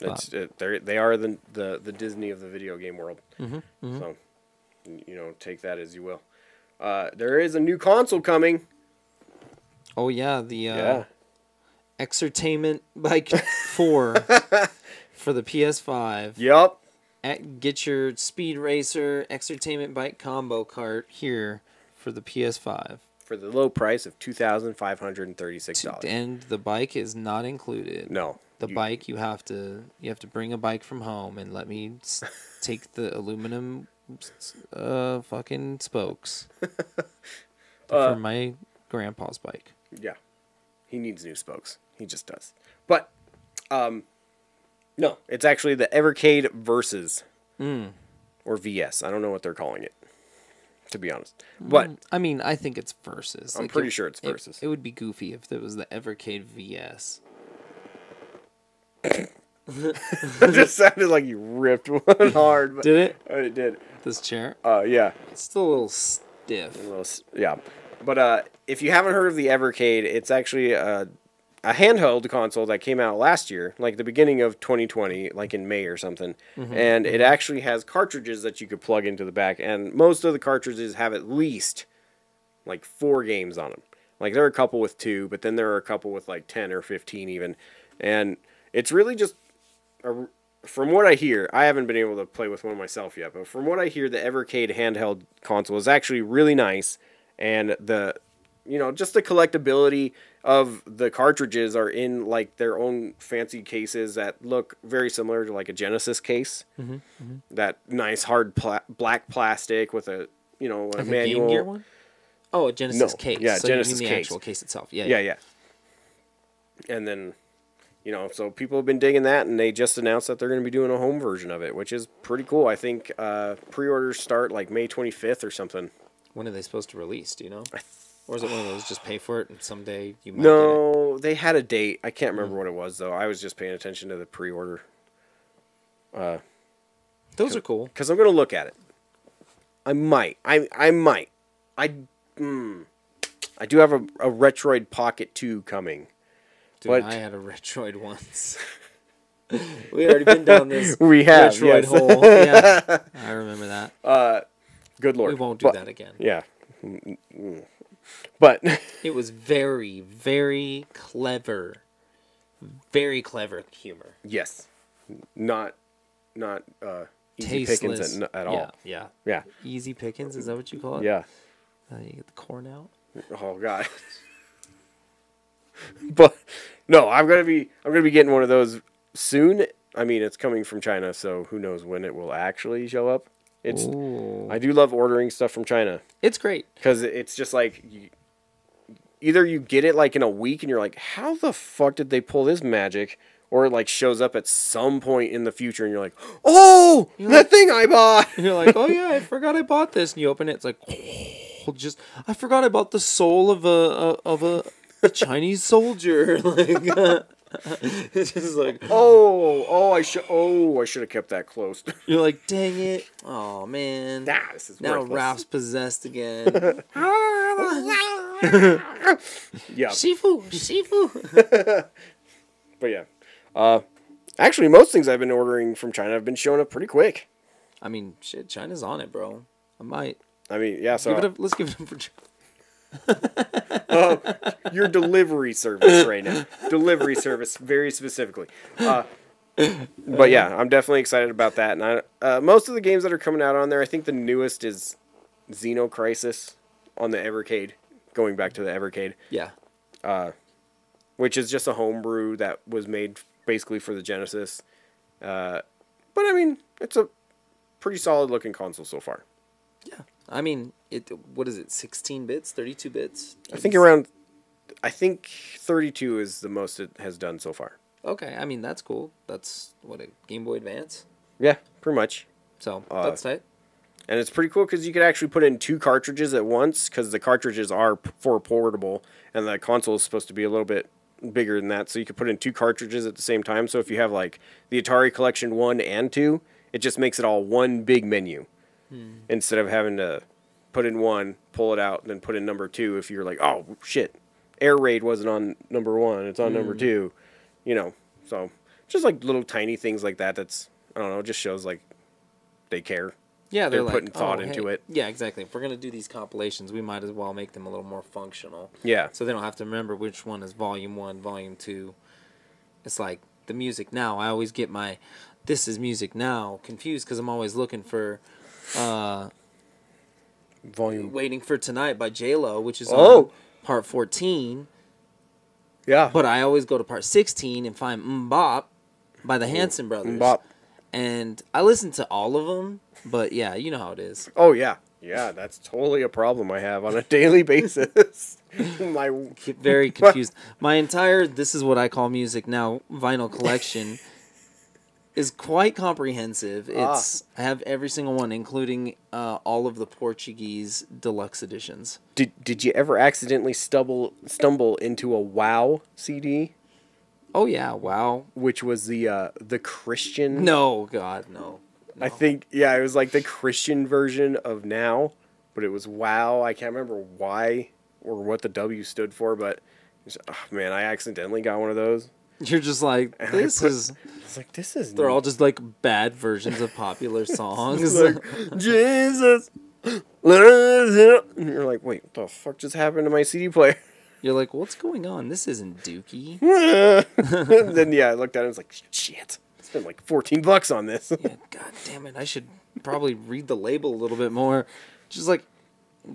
Speaker 1: It's it, they they are the, the the Disney of the video game world.
Speaker 2: Mm-hmm,
Speaker 1: So you know, take that as you will. Uh, there is a new console coming.
Speaker 2: Oh yeah, the uh, Exertainment
Speaker 1: (laughs)
Speaker 2: Bike Four for the PS5.
Speaker 1: Yep.
Speaker 2: at, get your Speed Racer Exertainment Bike combo cart here for the PS5.
Speaker 1: for the low price of two thousand five hundred and thirty six
Speaker 2: To,
Speaker 1: dollars.
Speaker 2: and the bike is not included.
Speaker 1: No,
Speaker 2: The
Speaker 1: you-
Speaker 2: bike you have to you have to bring a bike from home and let me
Speaker 1: (laughs)
Speaker 2: s- take the aluminum s- uh fucking
Speaker 1: (laughs)
Speaker 2: spokes
Speaker 1: Uh,
Speaker 2: for my grandpa's bike.
Speaker 1: Yeah, he needs new spokes. He just does. But, um, no, it's actually the Evercade Versus,
Speaker 2: Hmm.
Speaker 1: or VS. I don't know what they're calling it, to be honest.
Speaker 2: Hmm.
Speaker 1: But (laughs)
Speaker 2: I mean, I think it's versus.
Speaker 1: I'm
Speaker 2: Like,
Speaker 1: pretty
Speaker 2: it-
Speaker 1: sure it's
Speaker 2: it-
Speaker 1: Versus.
Speaker 2: It, would be goofy if it was the Evercade VS.
Speaker 1: It just sounded like you ripped one
Speaker 2: (laughs)
Speaker 1: hard. But
Speaker 2: Did it?
Speaker 1: Uh, it did.
Speaker 2: This chair?
Speaker 1: Uh, yeah.
Speaker 2: It's still a little stiff.
Speaker 1: Well, s- yeah. But uh, if you haven't heard of the Evercade, it's actually a, a handheld console that came out last year, like the beginning of 2020, like in May or something. And it actually has cartridges that you could plug into the back. And most of the cartridges have at least like four games on them. Like there are a couple with two, but then there are a couple with like 10 or 15 even. And it's really just a- from what I hear, I haven't been able to play with one myself yet, but from what I hear, the Evercade handheld console is actually really nice, and the you know just the collectability of the cartridges are in like their own fancy cases that look very similar to like a Genesis case,
Speaker 2: Mm-hmm,
Speaker 1: that nice hard pla- black plastic with a you know a
Speaker 2: Like a
Speaker 1: manual.
Speaker 2: Game Gear one? Oh, a Genesis
Speaker 1: No.
Speaker 2: case.
Speaker 1: Yeah,
Speaker 2: so you mean
Speaker 1: Genesis
Speaker 2: the
Speaker 1: case.
Speaker 2: actual case itself. Yeah,
Speaker 1: Yeah, yeah. And then, you know, so people have been digging that, and they just announced that they're going to be doing a home version of it, which is pretty cool. I think uh, pre-orders start like May 25th or something.
Speaker 2: When are they supposed to release? Do you know? Or is it one of those just pay for it and someday you might get it?
Speaker 1: No, they Mm-hmm. had a date. I can't remember what it was though. I was just paying attention to the pre-order
Speaker 2: Those are cool.
Speaker 1: because I'm going to look at it. I might. I I might. I mm, I do have a, a Retroid Pocket 2 coming.
Speaker 2: Dude,
Speaker 1: What?
Speaker 2: I had a
Speaker 1: (laughs)
Speaker 2: Retroid once. (laughs) we already been down this
Speaker 1: We have,
Speaker 2: Retroid
Speaker 1: yes. (laughs)
Speaker 2: hole. Yeah, I remember that.
Speaker 1: Good lord.
Speaker 2: we won't do
Speaker 1: But-
Speaker 2: that again.
Speaker 1: Yeah. Mm, mm. But (laughs)
Speaker 2: It was very, very clever. Very clever humor.
Speaker 1: Yes. Not not uh easy
Speaker 2: Tasteless.
Speaker 1: pickings at, at all.
Speaker 2: Yeah,
Speaker 1: Yeah.
Speaker 2: yeah. Easy pickings, is that what you call it?
Speaker 1: Yeah.
Speaker 2: Uh, you get the corn out.
Speaker 1: Oh god. (laughs) but no, I'm going to be I'm going to be getting one of those soon. I mean, it's coming from China, so who knows when it will actually show up. It's I do love ordering stuff from China
Speaker 2: It's great.
Speaker 1: cuz it's just like you, either you get it like in a week and you're like, "How the fuck did they pull this magic?" Or it like shows up at some point in the future and you're like, "Oh, that thing I bought." (laughs)
Speaker 2: And you're like, oh yeah, I forgot I bought this. And you open it, it's like, (laughs) just I forgot I bought the soul of a, a of a,
Speaker 1: (laughs)
Speaker 2: a Chinese soldier. (laughs) like, it's just like
Speaker 1: Oh, oh, I should. Oh, I should have kept that close. (laughs)
Speaker 2: you're like, dang it, oh man.
Speaker 1: nah, this is
Speaker 2: now
Speaker 1: worthless. (laughs)
Speaker 2: Ralph's possessed again.
Speaker 1: (laughs) Yeah,
Speaker 2: Shifu, Shifu.
Speaker 1: but yeah. Uh, actually, most things I've been ordering from China have been showing up pretty quick.
Speaker 2: I mean, shit, China's on it, bro. I might
Speaker 1: I mean, yeah.
Speaker 2: give it
Speaker 1: So
Speaker 2: up. Let's give it up for China.
Speaker 1: your delivery service right now, delivery service, very specifically. Uh, but yeah, I'm definitely excited about that. And I, uh, most of the games that are coming out on there, I think the newest is Xeno Crisis on the Evercade. Going back to the Evercade.
Speaker 2: Yeah,
Speaker 1: which is just a homebrew that was made basically for the Genesis. Uh, but I mean, it's a pretty solid looking console so far.
Speaker 2: yeah. I mean, it. What is it? 16 bits, 32 bits.
Speaker 1: I think around, I think 32 is the most it has done so far.
Speaker 2: Okay, I mean that's cool. That's what a Game Boy Advance.
Speaker 1: Yeah, pretty much.
Speaker 2: So
Speaker 1: Uh,
Speaker 2: that's tight.
Speaker 1: And it's pretty cool because you could actually put in two cartridges at once because the cartridges are p- for portable and the console is supposed to be a little bit bigger than that. So you could put in two cartridges at the same time. So if you have like the Atari Collection 1 and 2, it just makes it all one big menu instead of having to put in one, pull it out, and then put in number two if you're like, oh shit, Air Raid wasn't on number one, it's on number two. You know, so just like little tiny things like that. That's, I don't know, it just shows like they care.
Speaker 2: Yeah,
Speaker 1: they're
Speaker 2: they're, like,
Speaker 1: putting thought
Speaker 2: "Oh,
Speaker 1: into
Speaker 2: hey."
Speaker 1: it.
Speaker 2: Yeah, exactly. If we're gonna do these compilations, we might as well make them a little more functional.
Speaker 1: Yeah.
Speaker 2: So they don't have to remember which one is volume one, volume two. It's like the music now. I always get my this is music now confused because I'm always looking for
Speaker 1: Volume.
Speaker 2: Waiting for Tonight by J Lo, which is on
Speaker 1: Oh.
Speaker 2: part fourteen.
Speaker 1: Yeah.
Speaker 2: But I always go to part 16 and find Mbop by the Hanson Brothers.
Speaker 1: Mbop.
Speaker 2: And I listen to all of them, but yeah, you know how
Speaker 1: (laughs)
Speaker 2: it is.
Speaker 1: Oh yeah. Yeah, that's totally a problem I have on a (laughs) daily basis. (laughs) My
Speaker 2: Get very confused. My entire this is what I call music now vinyl
Speaker 1: (laughs)
Speaker 2: collection is quite comprehensive.
Speaker 1: Ah.
Speaker 2: It's I have every single one, including uh, all of the Portuguese deluxe editions.
Speaker 1: did did you ever accidentally stumble stumble into a Wow CD?
Speaker 2: Oh yeah, wow.
Speaker 1: which was the uh, the Christian.
Speaker 2: No, God, no.
Speaker 1: I think yeah, it was like the Christian version of now, but it was wow. I can't remember why or what the W stood for, but it's- oh, man, I accidentally got one of those.
Speaker 2: You're just like
Speaker 1: I
Speaker 2: this
Speaker 1: put-
Speaker 2: is.
Speaker 1: I was like, this is
Speaker 2: They're all just like bad versions of popular (laughs) songs.
Speaker 1: Jesus. And you're like, wait, what the fuck just happened to my CD
Speaker 2: (laughs)
Speaker 1: player?
Speaker 2: You're like, what's going on? This isn't (laughs) Dookie.
Speaker 1: then yeah, I looked at it and was like, shit. I spent like 14 bucks on this.
Speaker 2: Yeah, God damn it! I should probably read the label a little bit more. Just like,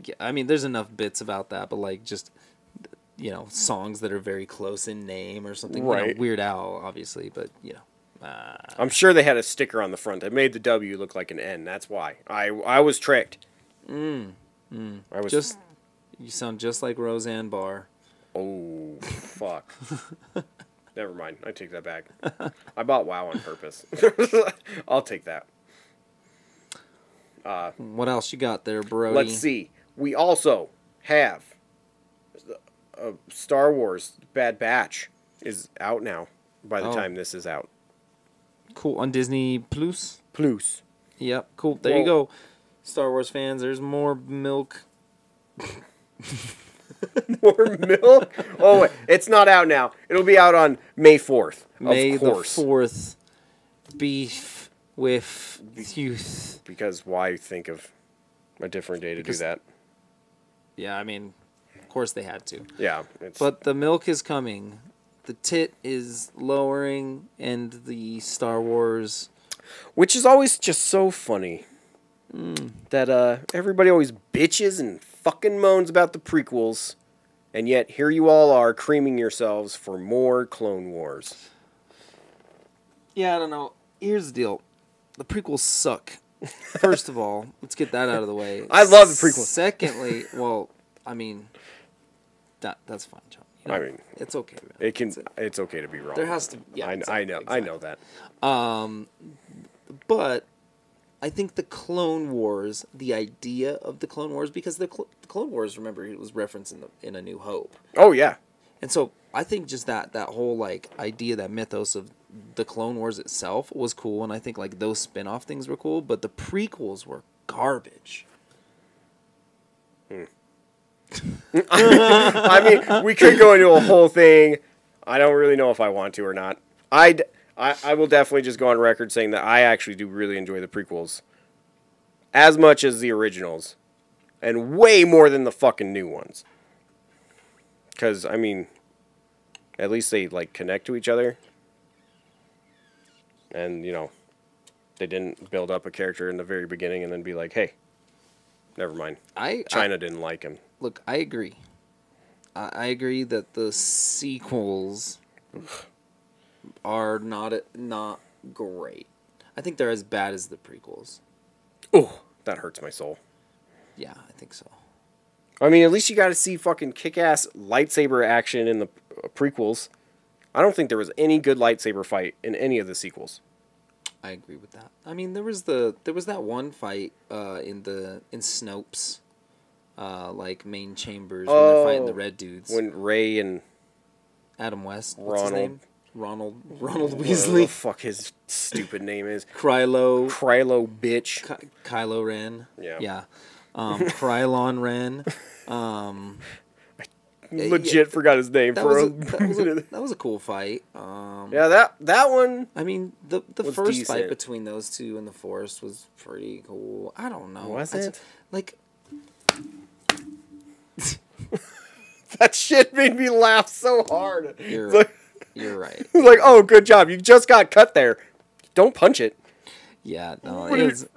Speaker 2: yeah, I mean, there's enough bits about that, but like, just you know, songs that are very close in name or something. you know,
Speaker 1: Right.
Speaker 2: Weird Al, obviously, but you know, uh,
Speaker 1: (laughs) I'm sure they had a sticker on the front that made the W look like an N. That's why. I I was tricked. I was
Speaker 2: Mm, just you sound just like Roseanne Barr.
Speaker 1: Oh, fuck. Never mind. I take that back. I bought WoW on purpose. (laughs) I'll take that.
Speaker 2: What else you got there, Brody?
Speaker 1: Let's see. We also have uh, Star Wars Bad Batch is out now by the
Speaker 2: Oh.
Speaker 1: time this is out.
Speaker 2: Cool on Disney Plus.
Speaker 1: Plus. (laughs)
Speaker 2: Yep, cool. There you
Speaker 1: Well-
Speaker 2: go, Star Wars fans. There's more milk.
Speaker 1: More milk? Oh, wait. It's not out now. It'll be out on May 4th.
Speaker 2: May
Speaker 1: of
Speaker 2: the
Speaker 1: course.
Speaker 2: fourth, beef with youth.
Speaker 1: Because why think of a different day to
Speaker 2: Because-
Speaker 1: do that?
Speaker 2: Yeah, I mean, of course they had to.
Speaker 1: Yeah. It's,
Speaker 2: But the milk is coming. The tit is lowering, and the Star Wars.
Speaker 1: which is always just so funny that uh, everybody always bitches and fucking moans about the prequels and yet here you all are creaming yourselves for more clone wars
Speaker 2: Yeah, I don't know. Here's the deal: the prequels suck. First of all, (laughs) let's get that out of the way.
Speaker 1: I love the prequels.
Speaker 2: Secondly, well, I mean, that that's fine, John. You
Speaker 1: I mean,
Speaker 2: it's okay. Man.
Speaker 1: it can
Speaker 2: It's-
Speaker 1: it's okay to be wrong
Speaker 2: There has to- yeah,
Speaker 1: I, I
Speaker 2: exactly,
Speaker 1: know i know that
Speaker 2: but I think the Clone Wars, the idea of the Clone Wars, because the, cl- the Clone Wars, remember, it was referenced in the, in A New Hope.
Speaker 1: oh yeah
Speaker 2: And so I think just that that whole like idea, that mythos of the Clone Wars itself was cool, and I think like those spin-off things were cool, but the prequels were garbage.
Speaker 1: i mean we could go into a whole thing i don't really know if i want to or not I'd, i i will definitely just go on record saying that i actually do really enjoy the prequels as much as the originals and way more than the fucking new ones. Because I mean, at least they like connect to each other, and you know, they didn't build up a character in the very beginning and then be like, "Hey, never mind."
Speaker 2: I
Speaker 1: China didn't like him.
Speaker 2: I- look, I agree. I, I agree that the sequels are not not great. I think they're as bad as the prequels.
Speaker 1: Oh, that hurts my soul.
Speaker 2: Yeah, I think so.
Speaker 1: I mean, at least you got to see fucking kick-ass lightsaber action in the uh, prequels. I don't think there was any good lightsaber fight in any of the sequels.
Speaker 2: I agree with that. I mean, there was the there was that one fight uh, in the in Snopes, uh, like main chambers when they're fighting the
Speaker 1: Oh,
Speaker 2: red dudes.
Speaker 1: When Ray and
Speaker 2: Adam West, what's his
Speaker 1: Ronald.
Speaker 2: name? Ronald
Speaker 1: (laughs)
Speaker 2: Ronald
Speaker 1: whatever the
Speaker 2: Weasley,
Speaker 1: fuck his stupid name is.
Speaker 2: Krylo,
Speaker 1: Krylo bitch.
Speaker 2: Ky- Kylo Ren.
Speaker 1: Yeah.
Speaker 2: yeah.
Speaker 1: (laughs)
Speaker 2: Um, Krylon Ren. Um,
Speaker 1: Legit forgot his name
Speaker 2: that
Speaker 1: for
Speaker 2: was
Speaker 1: a,
Speaker 2: a, that
Speaker 1: (laughs)
Speaker 2: was a
Speaker 1: minute.
Speaker 2: that was a cool fight. Um,
Speaker 1: Yeah, that that one (laughs)
Speaker 2: I mean, the the
Speaker 1: Was
Speaker 2: first
Speaker 1: decent.
Speaker 2: fight between those two in the forest was pretty cool. I don't know.
Speaker 1: Was
Speaker 2: I ju-
Speaker 1: it?
Speaker 2: like,
Speaker 1: that shit made me laugh so hard.
Speaker 2: You're-
Speaker 1: It's like,
Speaker 2: you're right.
Speaker 1: it's like, oh, good job. You just got cut there. Don't punch it.
Speaker 2: Yeah, no,
Speaker 1: What
Speaker 2: it
Speaker 1: are-
Speaker 2: was,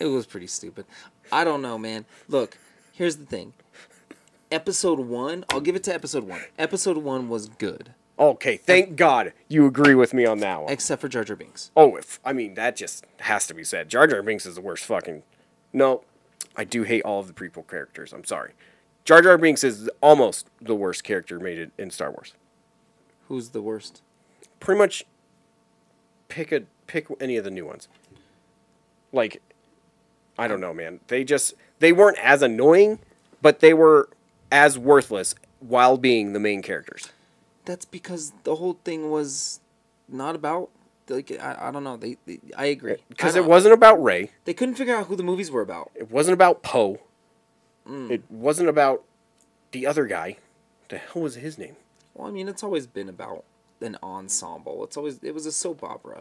Speaker 2: it was pretty stupid. I don't know, man. Look, here's the thing. Episode one, I'll give it to episode one. Episode one was good,
Speaker 1: Okay, thank God you agree with me on that one.
Speaker 2: except for Jar Jar Binks.
Speaker 1: Oh, if I mean that just has to be said. Jar Jar Binks is the worst fucking. No, I do hate all of the prequel characters. I'm sorry. Jar Jar Binks is almost the worst character made it in Star Wars.
Speaker 2: Who's the worst?
Speaker 1: pretty much pick a pick any of the new ones. Like I don't know, man. They just they weren't as annoying, but they were as worthless while being the main characters.
Speaker 2: that's because the whole thing was not about like I, I don't know. They, they I agree
Speaker 1: Because
Speaker 2: I
Speaker 1: Uh, it
Speaker 2: don't-
Speaker 1: wasn't about Ray.
Speaker 2: They couldn't figure out who the movies were about.
Speaker 1: It wasn't about Poe.
Speaker 2: Mm.
Speaker 1: It wasn't about the other guy. The hell was his name?
Speaker 2: Well, I mean, it's always been about an ensemble. It's always it was a soap opera.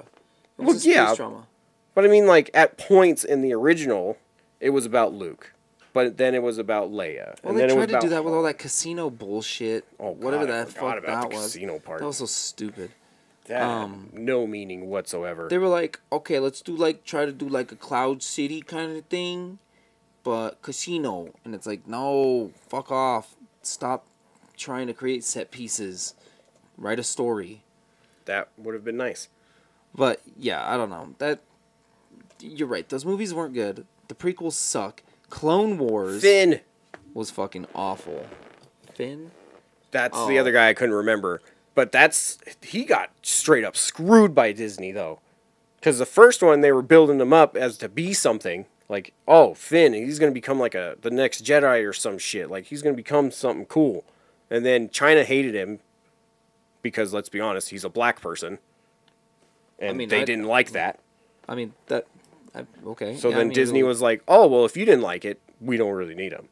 Speaker 2: It was
Speaker 1: Well,
Speaker 2: a space
Speaker 1: yeah.
Speaker 2: drama.
Speaker 1: But I mean, like at points in the original, it was about Luke, but then it was about Leia,
Speaker 2: Well,
Speaker 1: and
Speaker 2: they
Speaker 1: then it was
Speaker 2: tried to
Speaker 1: about
Speaker 2: do that with all that casino bullshit.
Speaker 1: Oh,
Speaker 2: whatever
Speaker 1: God, I
Speaker 2: that
Speaker 1: forgot
Speaker 2: fuck
Speaker 1: about
Speaker 2: that
Speaker 1: the
Speaker 2: was.
Speaker 1: casino part.
Speaker 2: That was so stupid.
Speaker 1: that had
Speaker 2: um,
Speaker 1: no meaning whatsoever.
Speaker 2: They were like, okay, let's do like try to do like a cloud city kind of thing, but casino. And it's like, no, fuck off. Stop trying to create set pieces. Write a story.
Speaker 1: That would have been nice.
Speaker 2: But yeah, I don't know. That you're right. Those movies weren't good. The prequels suck. Clone Wars
Speaker 1: Finn,
Speaker 2: was fucking awful. Finn?
Speaker 1: that's the
Speaker 2: Oh.
Speaker 1: other guy I couldn't remember, but that's he got straight up screwed by Disney though, because the first one they were building him up as to be something like, oh Finn, he's gonna become like a the next Jedi or some shit, like he's gonna become something cool, and then China hated him because let's be honest, he's a black person, and
Speaker 2: mean,
Speaker 1: they
Speaker 2: I-
Speaker 1: didn't like that.
Speaker 2: I mean that I, okay.
Speaker 1: So
Speaker 2: yeah, I
Speaker 1: then
Speaker 2: mean,
Speaker 1: Disney
Speaker 2: it
Speaker 1: was like, "Oh well, if you didn't like it, we don't really need him."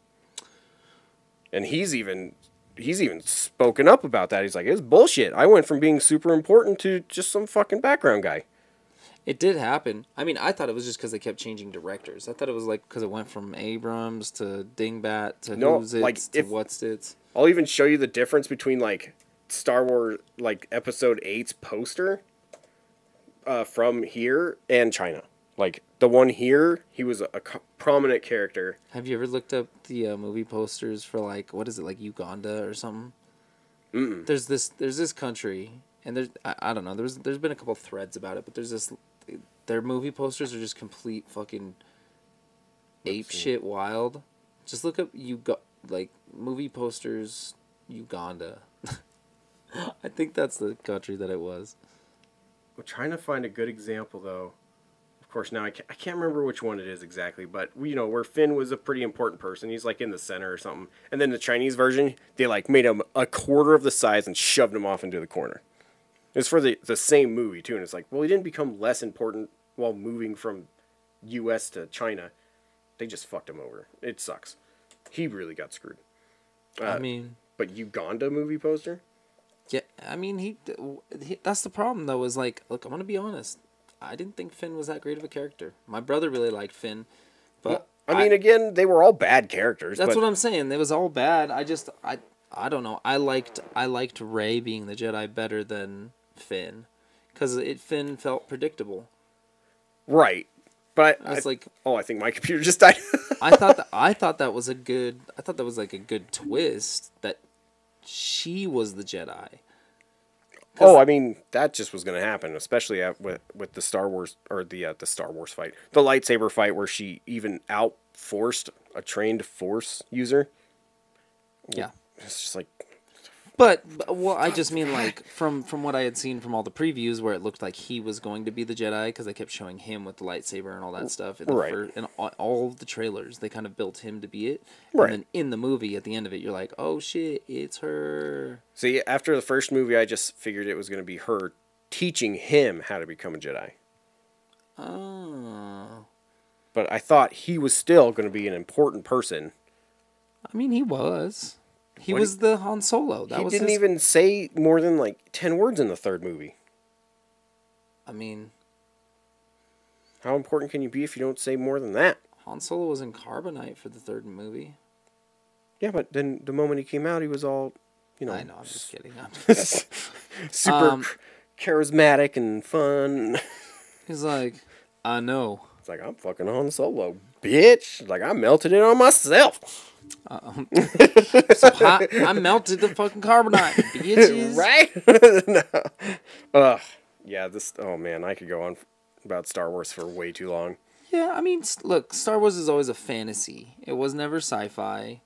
Speaker 1: And he's even he's even spoken up about that. He's like, "It's bullshit. I went from being super important to just some fucking background guy."
Speaker 2: It did happen. I mean, I thought it was just because they kept changing directors. I thought it was like because it went from Abrams to Dingbat to
Speaker 1: No,
Speaker 2: who's
Speaker 1: like,
Speaker 2: it's to
Speaker 1: if-
Speaker 2: what's it's.
Speaker 1: I'll even show you the difference between like Star Wars like Episode 8's poster uh, from here and China. Like the one here, he was a, a co- prominent character.
Speaker 2: Have you ever looked up the uh, movie posters for like what is it like Uganda or something? mm There's this there's this country and there's I, I don't know there's there's been a couple threads about it but there's this their movie posters are just complete fucking ape shit wild. Just look up Uga- like movie posters Uganda. (laughs) I think that's the country that it was.
Speaker 1: I'm trying to find a good example though. Of course, now I can't, I can't remember which one it is exactly, but we- you know where Finn was a pretty important person. He's like in the center or something. And then the Chinese version, they like made him a quarter of the size and shoved him off into the corner. It's for the the same movie too, and it's like, well, he didn't become less important while moving from U.S. to China. They just fucked him over. It sucks. He really got screwed.
Speaker 2: I mean,
Speaker 1: But Uganda movie poster.
Speaker 2: Yeah, I mean, he, he that's the problem though. Is like, look, I'm gonna be honest. I didn't think Finn was that great of a character. My brother really liked Finn, but
Speaker 1: I mean, again, they were all bad characters.
Speaker 2: that's
Speaker 1: but-
Speaker 2: what I'm saying. It was all bad. I just, I, I don't know. I liked, I liked Ray being the Jedi better than Finn, because it Finn felt predictable.
Speaker 1: Right. But
Speaker 2: I (laughs) was
Speaker 1: I-
Speaker 2: like-
Speaker 1: oh, I think my (laughs) computer just died.
Speaker 2: I thought that I thought that was a good. I thought that was like a good twist that she was the Jedi.
Speaker 1: oh, I mean, that just was going to happen, especially at, with with the Star Wars or the uh, the Star Wars fight, the lightsaber fight, where she even out forced a trained Force user.
Speaker 2: Yeah.
Speaker 1: It's just like
Speaker 2: But but- well, I just mean like from from what I had seen from all the previews, where it looked like he was going to be the Jedi because they kept showing him with the lightsaber and all that stuff. In the
Speaker 1: Right.
Speaker 2: fir- in all, all of the trailers, they kind of built him to be it.
Speaker 1: Right.
Speaker 2: And then in the movie, at the end of it, you're like, oh shit, it's her.
Speaker 1: see, after the first movie, I just figured it was going to be her teaching him how to become a Jedi.
Speaker 2: Oh.
Speaker 1: But I thought he was still going to be an important person.
Speaker 2: I mean, he was. He
Speaker 1: What
Speaker 2: was the Han Solo. That
Speaker 1: he
Speaker 2: was
Speaker 1: didn't
Speaker 2: his-
Speaker 1: even say more than like ten words in the third movie.
Speaker 2: I mean,
Speaker 1: How important can you be if you don't say more than that?
Speaker 2: Han Solo was in Carbonite for the third movie.
Speaker 1: Yeah, but then the moment he came out, he was all, you know,
Speaker 2: I know. I'm just kidding. I'm-
Speaker 1: super
Speaker 2: Um,
Speaker 1: ch- charismatic and fun.
Speaker 2: He's like, I know.
Speaker 1: It's like I'm fucking on solo, bitch. Like I melted it on myself,
Speaker 2: So hot, I melted the
Speaker 1: (laughs)
Speaker 2: fucking carbonite, bitches.
Speaker 1: right? (laughs) no. Ugh. Yeah. This. Oh man, I could go on f- about Star Wars for way too long.
Speaker 2: Yeah, I mean, s- look, Star Wars is always a fantasy. It was never sci-fi,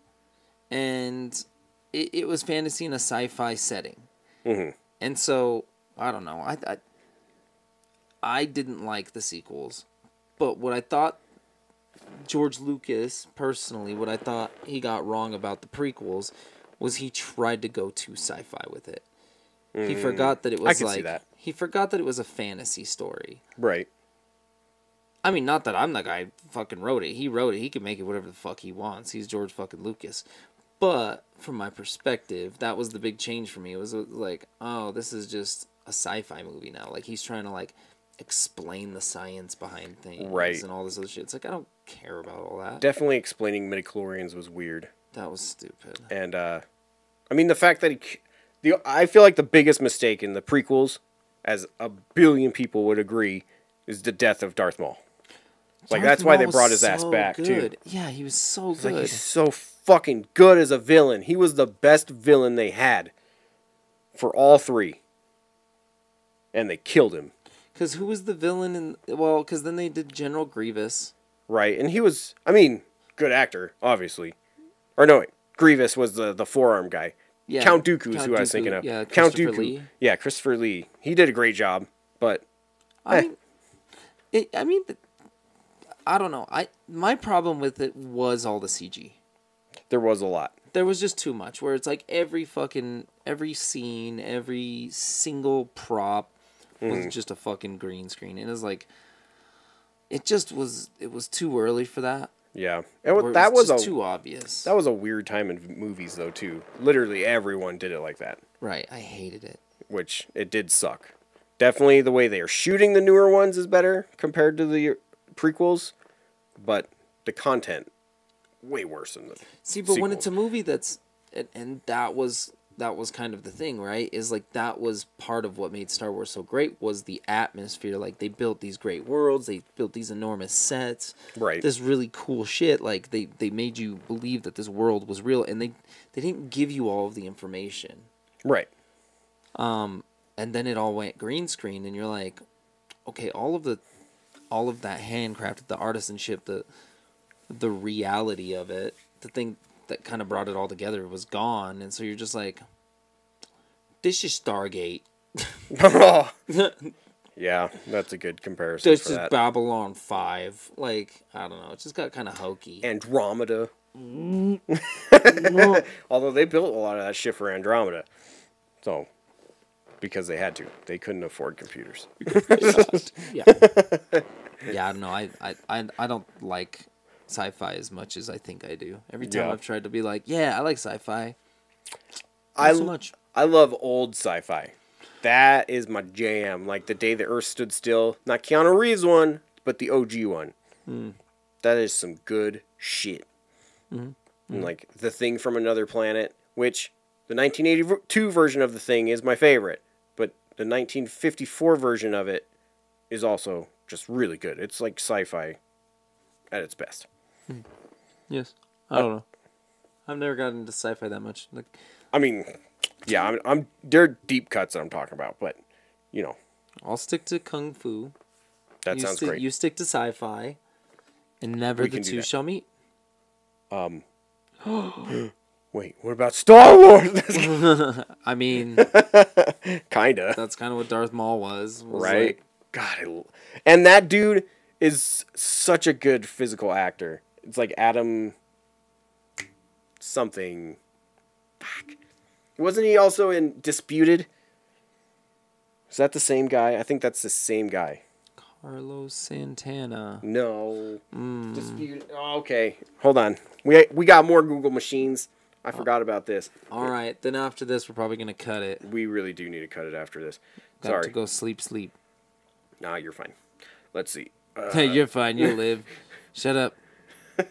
Speaker 2: and it, it was fantasy in a sci-fi setting.
Speaker 1: Mm-hmm.
Speaker 2: And so I don't know. I, I I didn't like the sequels, but what I thought George Lucas personally, what I thought he got wrong about the prequels was he tried to go too sci-fi with it. He forgot that it was
Speaker 1: Mm. can see
Speaker 2: like
Speaker 1: that.
Speaker 2: he forgot that it was a fantasy story.
Speaker 1: Right.
Speaker 2: I mean, not that I'm the guy who fucking wrote it. He wrote it. He can make it whatever the fuck he wants. He's George fucking Lucas. But from my perspective, that was the big change for me. It was uh, like, oh, this is just a sci-fi movie now. Like he's trying to like explain the science behind things
Speaker 1: Right.
Speaker 2: and all this other shit. It's like I don't care about all that.
Speaker 1: Definitely explaining midichlorians was weird.
Speaker 2: that was stupid.
Speaker 1: And uh I mean the fact that he c- the I feel like the biggest mistake in the prequels as a billion people would agree is the death of Darth Maul. Like that's
Speaker 2: Darth
Speaker 1: why
Speaker 2: Maul
Speaker 1: they
Speaker 2: was
Speaker 1: brought his ass
Speaker 2: so
Speaker 1: back too.
Speaker 2: good. Yeah, he was so
Speaker 1: Like
Speaker 2: good.
Speaker 1: he's so fucking good as a villain. He was the best villain they had for all three. And they killed him,
Speaker 2: Because who was the villain in? Well, because then they did General Grievous.
Speaker 1: right? And he was I mean, good actor, obviously. Or no, wait, Grievous was the the forearm guy.
Speaker 2: Yeah,
Speaker 1: Count Dooku's
Speaker 2: Count
Speaker 1: who I was
Speaker 2: Dooku,
Speaker 1: thinking of.
Speaker 2: yeah,
Speaker 1: Count
Speaker 2: Christopher
Speaker 1: Dooku.
Speaker 2: Lee.
Speaker 1: Yeah, Christopher Lee. He did a great job, but
Speaker 2: I
Speaker 1: Eh.
Speaker 2: mean, it, I mean, the, I don't know. I my problem with it was all the CG.
Speaker 1: there was a lot.
Speaker 2: There was just too much. Where it's like every fucking every scene, every single prop was
Speaker 1: Mm.
Speaker 2: just a fucking green screen, and it's like, it just was. It was too early for that.
Speaker 1: Yeah, and
Speaker 2: or
Speaker 1: what,
Speaker 2: it
Speaker 1: that was,
Speaker 2: just
Speaker 1: a
Speaker 2: too obvious.
Speaker 1: that was a weird time in movies though too. Literally everyone did it like that,
Speaker 2: right, I hated it.
Speaker 1: which it did suck. Definitely the way they are shooting the newer ones is better compared to the prequels, but the content way worse than the.
Speaker 2: See, but
Speaker 1: sequel.
Speaker 2: when it's a movie that's and, and that was that was kind of the thing, right? Is like that was part of what made Star Wars so great was the atmosphere. Like they built these great worlds, they built these enormous sets,
Speaker 1: Right.
Speaker 2: This really cool shit. Like they they made you believe that this world was real, and they they didn't give you all of the information,
Speaker 1: Right. (laughs)
Speaker 2: and then it all went green screen, and you're like, okay, all of the all of that handcrafted, the artisanship, the the reality of it, the thing that kind of brought it all together was gone, and so you're just like, this is Stargate,
Speaker 1: yeah, that's a good comparison
Speaker 2: this
Speaker 1: for
Speaker 2: is
Speaker 1: that.
Speaker 2: Babylon Five. Like I don't know, it just got kind of hokey.
Speaker 1: Andromeda.
Speaker 2: Mm.
Speaker 1: (laughs) Although they built a lot of that shit for Andromeda. So, because they had to, they couldn't afford computers.
Speaker 2: (laughs) yeah, yeah, I don't know. I I I, I don't like sci-fi as much as I think I do. Every time
Speaker 1: Yeah.
Speaker 2: I've tried to be like, yeah, I like sci-fi.
Speaker 1: I,
Speaker 2: so much.
Speaker 1: I love old sci fi. That is my jam. Like The Day the Earth Stood Still. Not Keanu Reeves one, but the OG one.
Speaker 2: Hmm.
Speaker 1: That is some good shit.
Speaker 2: Mm-hmm. Hmm.
Speaker 1: And like The Thing from Another Planet, which the 1982 version of The Thing is my favorite, but the 1954 version of it is also just really good. It's like sci fi at its best.
Speaker 2: Yes. I don't know. I've never gotten into sci-fi that much. Like,
Speaker 1: I mean, yeah, I'm, I'm there are deep cuts that I'm talking about, but you know,
Speaker 2: I'll stick to kung fu.
Speaker 1: that
Speaker 2: you
Speaker 1: sounds
Speaker 2: stick-
Speaker 1: great.
Speaker 2: You stick to sci-fi, and never the
Speaker 1: can do
Speaker 2: two
Speaker 1: that.
Speaker 2: shall meet.
Speaker 1: Wait, what about Star Wars? (laughs)
Speaker 2: Mm-hmm. I mean,
Speaker 1: Kinda.
Speaker 2: that's kind of what Darth Maul was. was
Speaker 1: right?
Speaker 2: like-
Speaker 1: God, I l- and that dude is such a good physical actor. It's like Adam something. Fuck. Wasn't he also in Disputed? Is that the same guy? I think that's the same guy.
Speaker 2: Carlos Santana.
Speaker 1: No.
Speaker 2: Mm.
Speaker 1: Disputed. Oh, okay, hold on. We we got more Google machines.
Speaker 2: Oh.
Speaker 1: I forgot about this.
Speaker 2: All right. Then after this, we're probably gonna cut it.
Speaker 1: We really do need to cut it after this.
Speaker 2: Got
Speaker 1: Sorry.
Speaker 2: to go sleep, sleep.
Speaker 1: Nah, you're fine. Let's see.
Speaker 2: Hey, (laughs) you're fine. You
Speaker 1: (laughs)
Speaker 2: live. Shut up.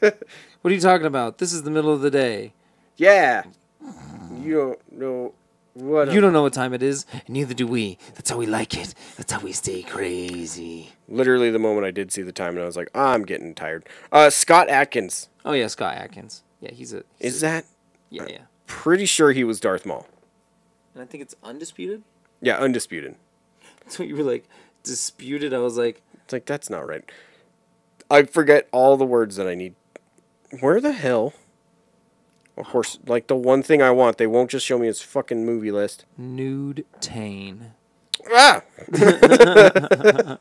Speaker 2: what are you talking about? This is the middle of the day.
Speaker 1: Yeah. You don't know what
Speaker 2: Mm. You don't know what time it is, and neither do we. That's how we like it. That's how we stay crazy.
Speaker 1: Literally, the moment I did see the time, and I was like, I'm getting tired. Uh, Scott Atkins
Speaker 2: Oh yeah, Scott Atkins. Yeah, he's a he's
Speaker 1: is that?
Speaker 2: yeah yeah.
Speaker 1: Pretty sure he was Darth Maul.
Speaker 2: And I think it's undisputed. (laughs)
Speaker 1: Yeah, undisputed.
Speaker 2: So you were like disputed. I was like,
Speaker 1: It's like that's not right. I forget all the words that I need. Where the hell? Of course, like the one thing I want, they won't just show me his fucking movie list.
Speaker 2: nude tane. (laughs)
Speaker 1: Ah! (laughs)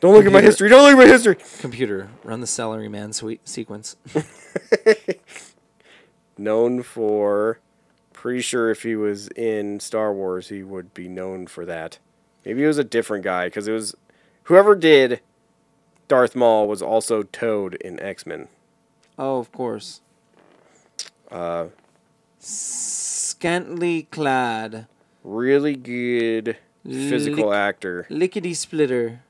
Speaker 1: don't look at my history. Don't look at my history.
Speaker 2: Computer, run the salary man sweet sequence.
Speaker 1: known for Pretty sure if he was in Star Wars, he would be known for that. Maybe it was a different guy because it was whoever did Darth Maul was also Toad in X Men.
Speaker 2: Oh, of course.
Speaker 1: Uh,
Speaker 2: Scantily clad,
Speaker 1: really good physical
Speaker 2: Lick-
Speaker 1: actor,
Speaker 2: lickety splitter,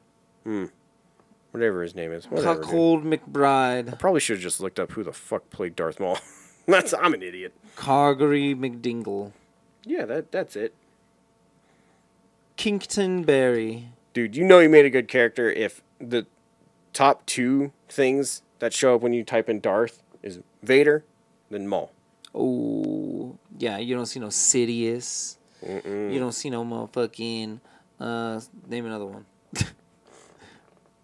Speaker 1: whatever his name is. Whatever, dude.
Speaker 2: cuckold McBride,
Speaker 1: Probably should have just looked up who the fuck played Darth Maul. (laughs) that's I'm an idiot.
Speaker 2: Cargery McDingle,
Speaker 1: Yeah, that that's it.
Speaker 2: Kinkton Berry.
Speaker 1: dude, you know you made a good character if the top two things that show up when you type in Darth is Vader, then Maul.
Speaker 2: Oh, yeah, you don't see no Sidious. You don't see no motherfucking. Uh, name another one.
Speaker 1: I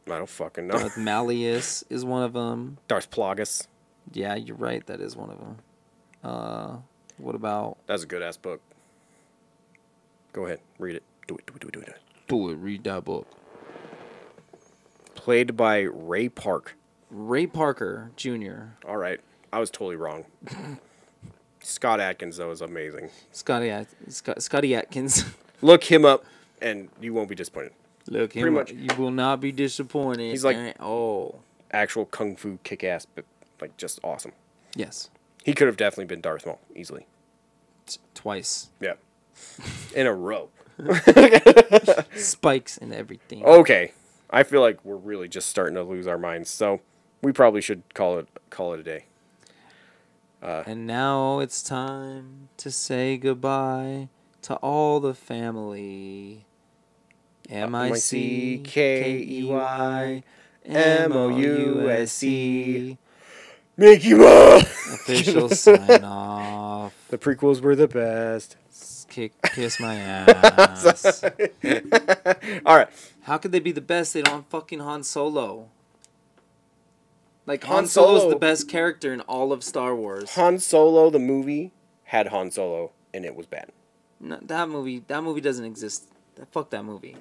Speaker 1: don't fucking know. (laughs)
Speaker 2: Darth Malleus is one of them.
Speaker 1: Darth Plagueis.
Speaker 2: Yeah, you're right. That is one of them. Uh, what about?
Speaker 1: That's a good ass book. Go ahead, read it. Do it, do it, do it, do it. do it.
Speaker 2: Do it. Read that book.
Speaker 1: Played by Ray Park.
Speaker 2: Ray Parker Jr.
Speaker 1: All right, I was totally (laughs) wrong. Scott Atkins though is amazing.
Speaker 2: Scotty At- Scott- Scotty Atkins. (laughs)
Speaker 1: Look him up, and you won't be disappointed.
Speaker 2: Look, him
Speaker 1: Pretty
Speaker 2: up.
Speaker 1: much.
Speaker 2: you will not be disappointed.
Speaker 1: He's like-
Speaker 2: Eh, oh,
Speaker 1: Actual kung fu kick ass, but like just awesome.
Speaker 2: yes,
Speaker 1: He could have definitely been Darth Maul easily.
Speaker 2: T- twice
Speaker 1: Yeah. In a row.
Speaker 2: spikes and everything.
Speaker 1: Okay. I feel like we're really just starting to lose our minds, so we probably should call it call it a day.
Speaker 2: And now it's time to say goodbye to all the family. M I C K E Y M O U S E.
Speaker 1: Mickey Mouse. (laughs)
Speaker 2: Official sign off.
Speaker 1: The prequels were the best.
Speaker 2: Kick, kiss my
Speaker 1: (laughs)
Speaker 2: ass.
Speaker 1: All right.
Speaker 2: How could they be the best? They don't have fucking Han Solo. Like Han,
Speaker 1: Han
Speaker 2: Solo's
Speaker 1: Solo-
Speaker 2: the best character in all of Star Wars.
Speaker 1: Han Solo the movie had Han Solo and it was bad.
Speaker 2: No, that movie, that movie doesn't exist. Fuck that movie.